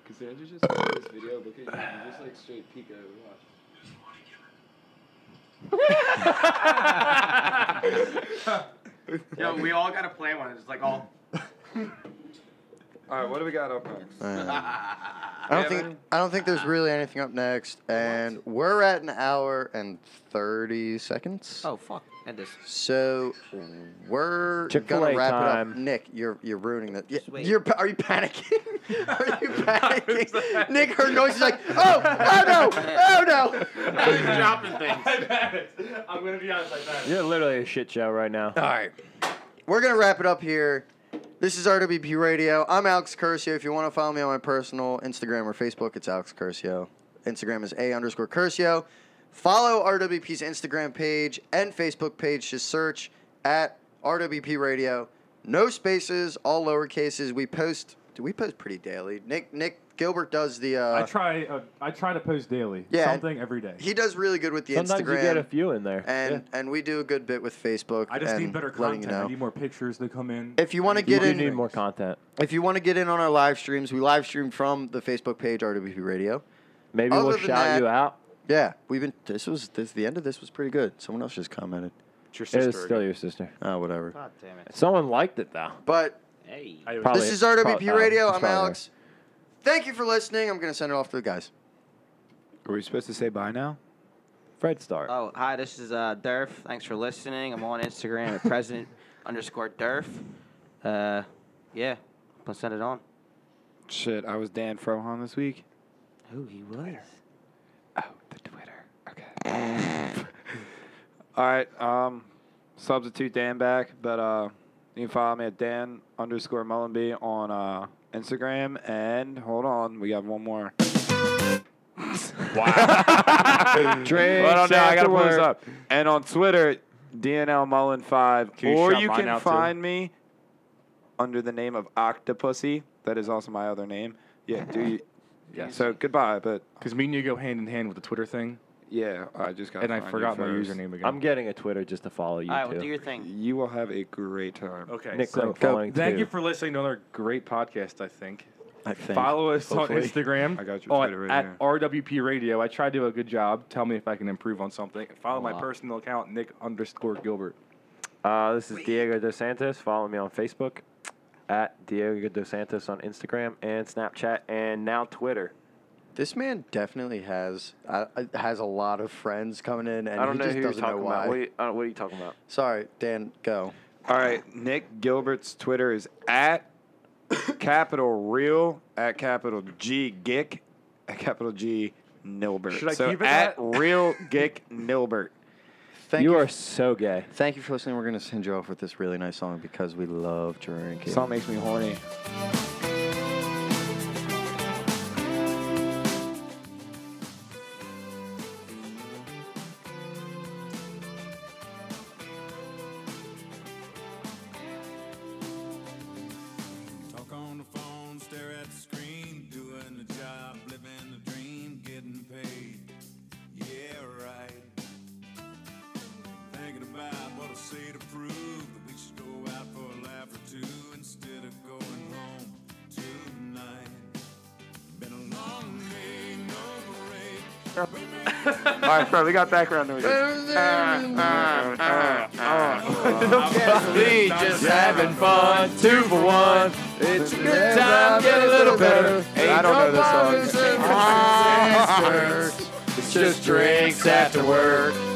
Cassandra just saw this video because you just like straight peek over watch. Yo, we all gotta play one. It's like all. All right, what do we got up next? Uh, I don't think I don't think there's really anything up next, and we're at an hour and thirty seconds. Oh fuck. End this. So we're Chick-fil-A gonna wrap it up. time. Nick, you're you're ruining it. Just wait. You're pa- are you panicking? are you panicking? Nick heard noises like, oh, oh no, oh no. Now he's dropping things. I bet it. I'm gonna be honest. I bet it. You're literally a shit show right now. All right. We're going to wrap it up here. This is RWP Radio. I'm Alex Curcio. If you want to follow me on my personal Instagram or Facebook, it's Alex Curcio. Instagram is A underscore Curcio. Follow RWP's Instagram page and Facebook page. Just search at RWP Radio. No spaces, all lower cases. We post. Do we post pretty daily? Nick Nick Gilbert does the. Uh, I try. Uh, I try to post daily. Yeah. Something every day. he does really good with the Sometimes Instagram, you get a few in there. and and we do a good bit with Facebook. I just and need better letting content. you I know. need more pictures to come in. If you wanna I need get more in- you things. need more content. If you want to get in on our live streams, we live stream from the Facebook page RWP Radio. Maybe Other we'll than shout that- you out. Yeah, we've been. This was this. The end of this was pretty good. Someone else just commented. It's your It sister. is still your sister. Oh, whatever. God damn it. Someone liked it though. But Hey. I was- Probably- this is RWP probably- oh, Radio. it's I'm probably her. Alex. Thank you for listening. I'm gonna send it off to the guys. Are we supposed to say bye now? Fred Star. Oh, hi, this is uh, Durf. Thanks for listening. I'm on Instagram at president underscore Durf. Uh, yeah, let's send it on. Shit, I was Dan Frohan this week. Who he was? Oh, the Twitter. Okay. All right. Um, substitute Dan back, but uh, you can follow me at Dan underscore Mullenby on uh, Instagram. And hold on, we got one more. wow. Drinks Well, I don't know, I gotta pull this afterward. up. And on Twitter, DNL Mullen five, Can you or shout you mine can out, too? find me under the name of Octopussy. That is also my other name. Yeah. Do you? Yeah. Yes. So goodbye, but Because me and you go hand in hand with the Twitter thing, yeah, I just got. and I forgot my username again. I'm getting a Twitter just to follow you All right, well, do too. your thing. You will have a great time. okay. Nick so Clegg following thank too. you for listening to another great podcast. I think. I think. Follow us Hopefully. on Instagram. I got your on- Twitter right at here. RWP Radio. I try to do a good job. Tell me if I can improve on something. And follow my Wow. personal account, Nick underscore Gilbert. Uh, this is Diego Dos Santos. Follow me on Facebook at Diego Dos Santos on Instagram and Snapchat and now Twitter. This man definitely has uh, has a lot of friends coming in, and I don't he know just who you're doesn't know talking why. about. What are, you, uh, what are you talking about? Sorry, Dan. Go. All right, Nick Gilbert's Twitter is at capital real at capital G Gick at capital G Nilbert. Should I so keep it at that? real Gick Nilbert? Thank you, you. are so gay. Thank you for listening. We're gonna send you off with this really nice song because we love drinking. Song makes me horny. Talk on the phone, stare at the screen, doing the job, living the dream, getting paid. Yeah, right. Thinking about what I say to prove, the All right, bro, we got background Uh, noise. uh, We just having fun, two for one. It's a good time, get a little better. Ain't uh, I don't know this song. no monsters, It's just drinks after work.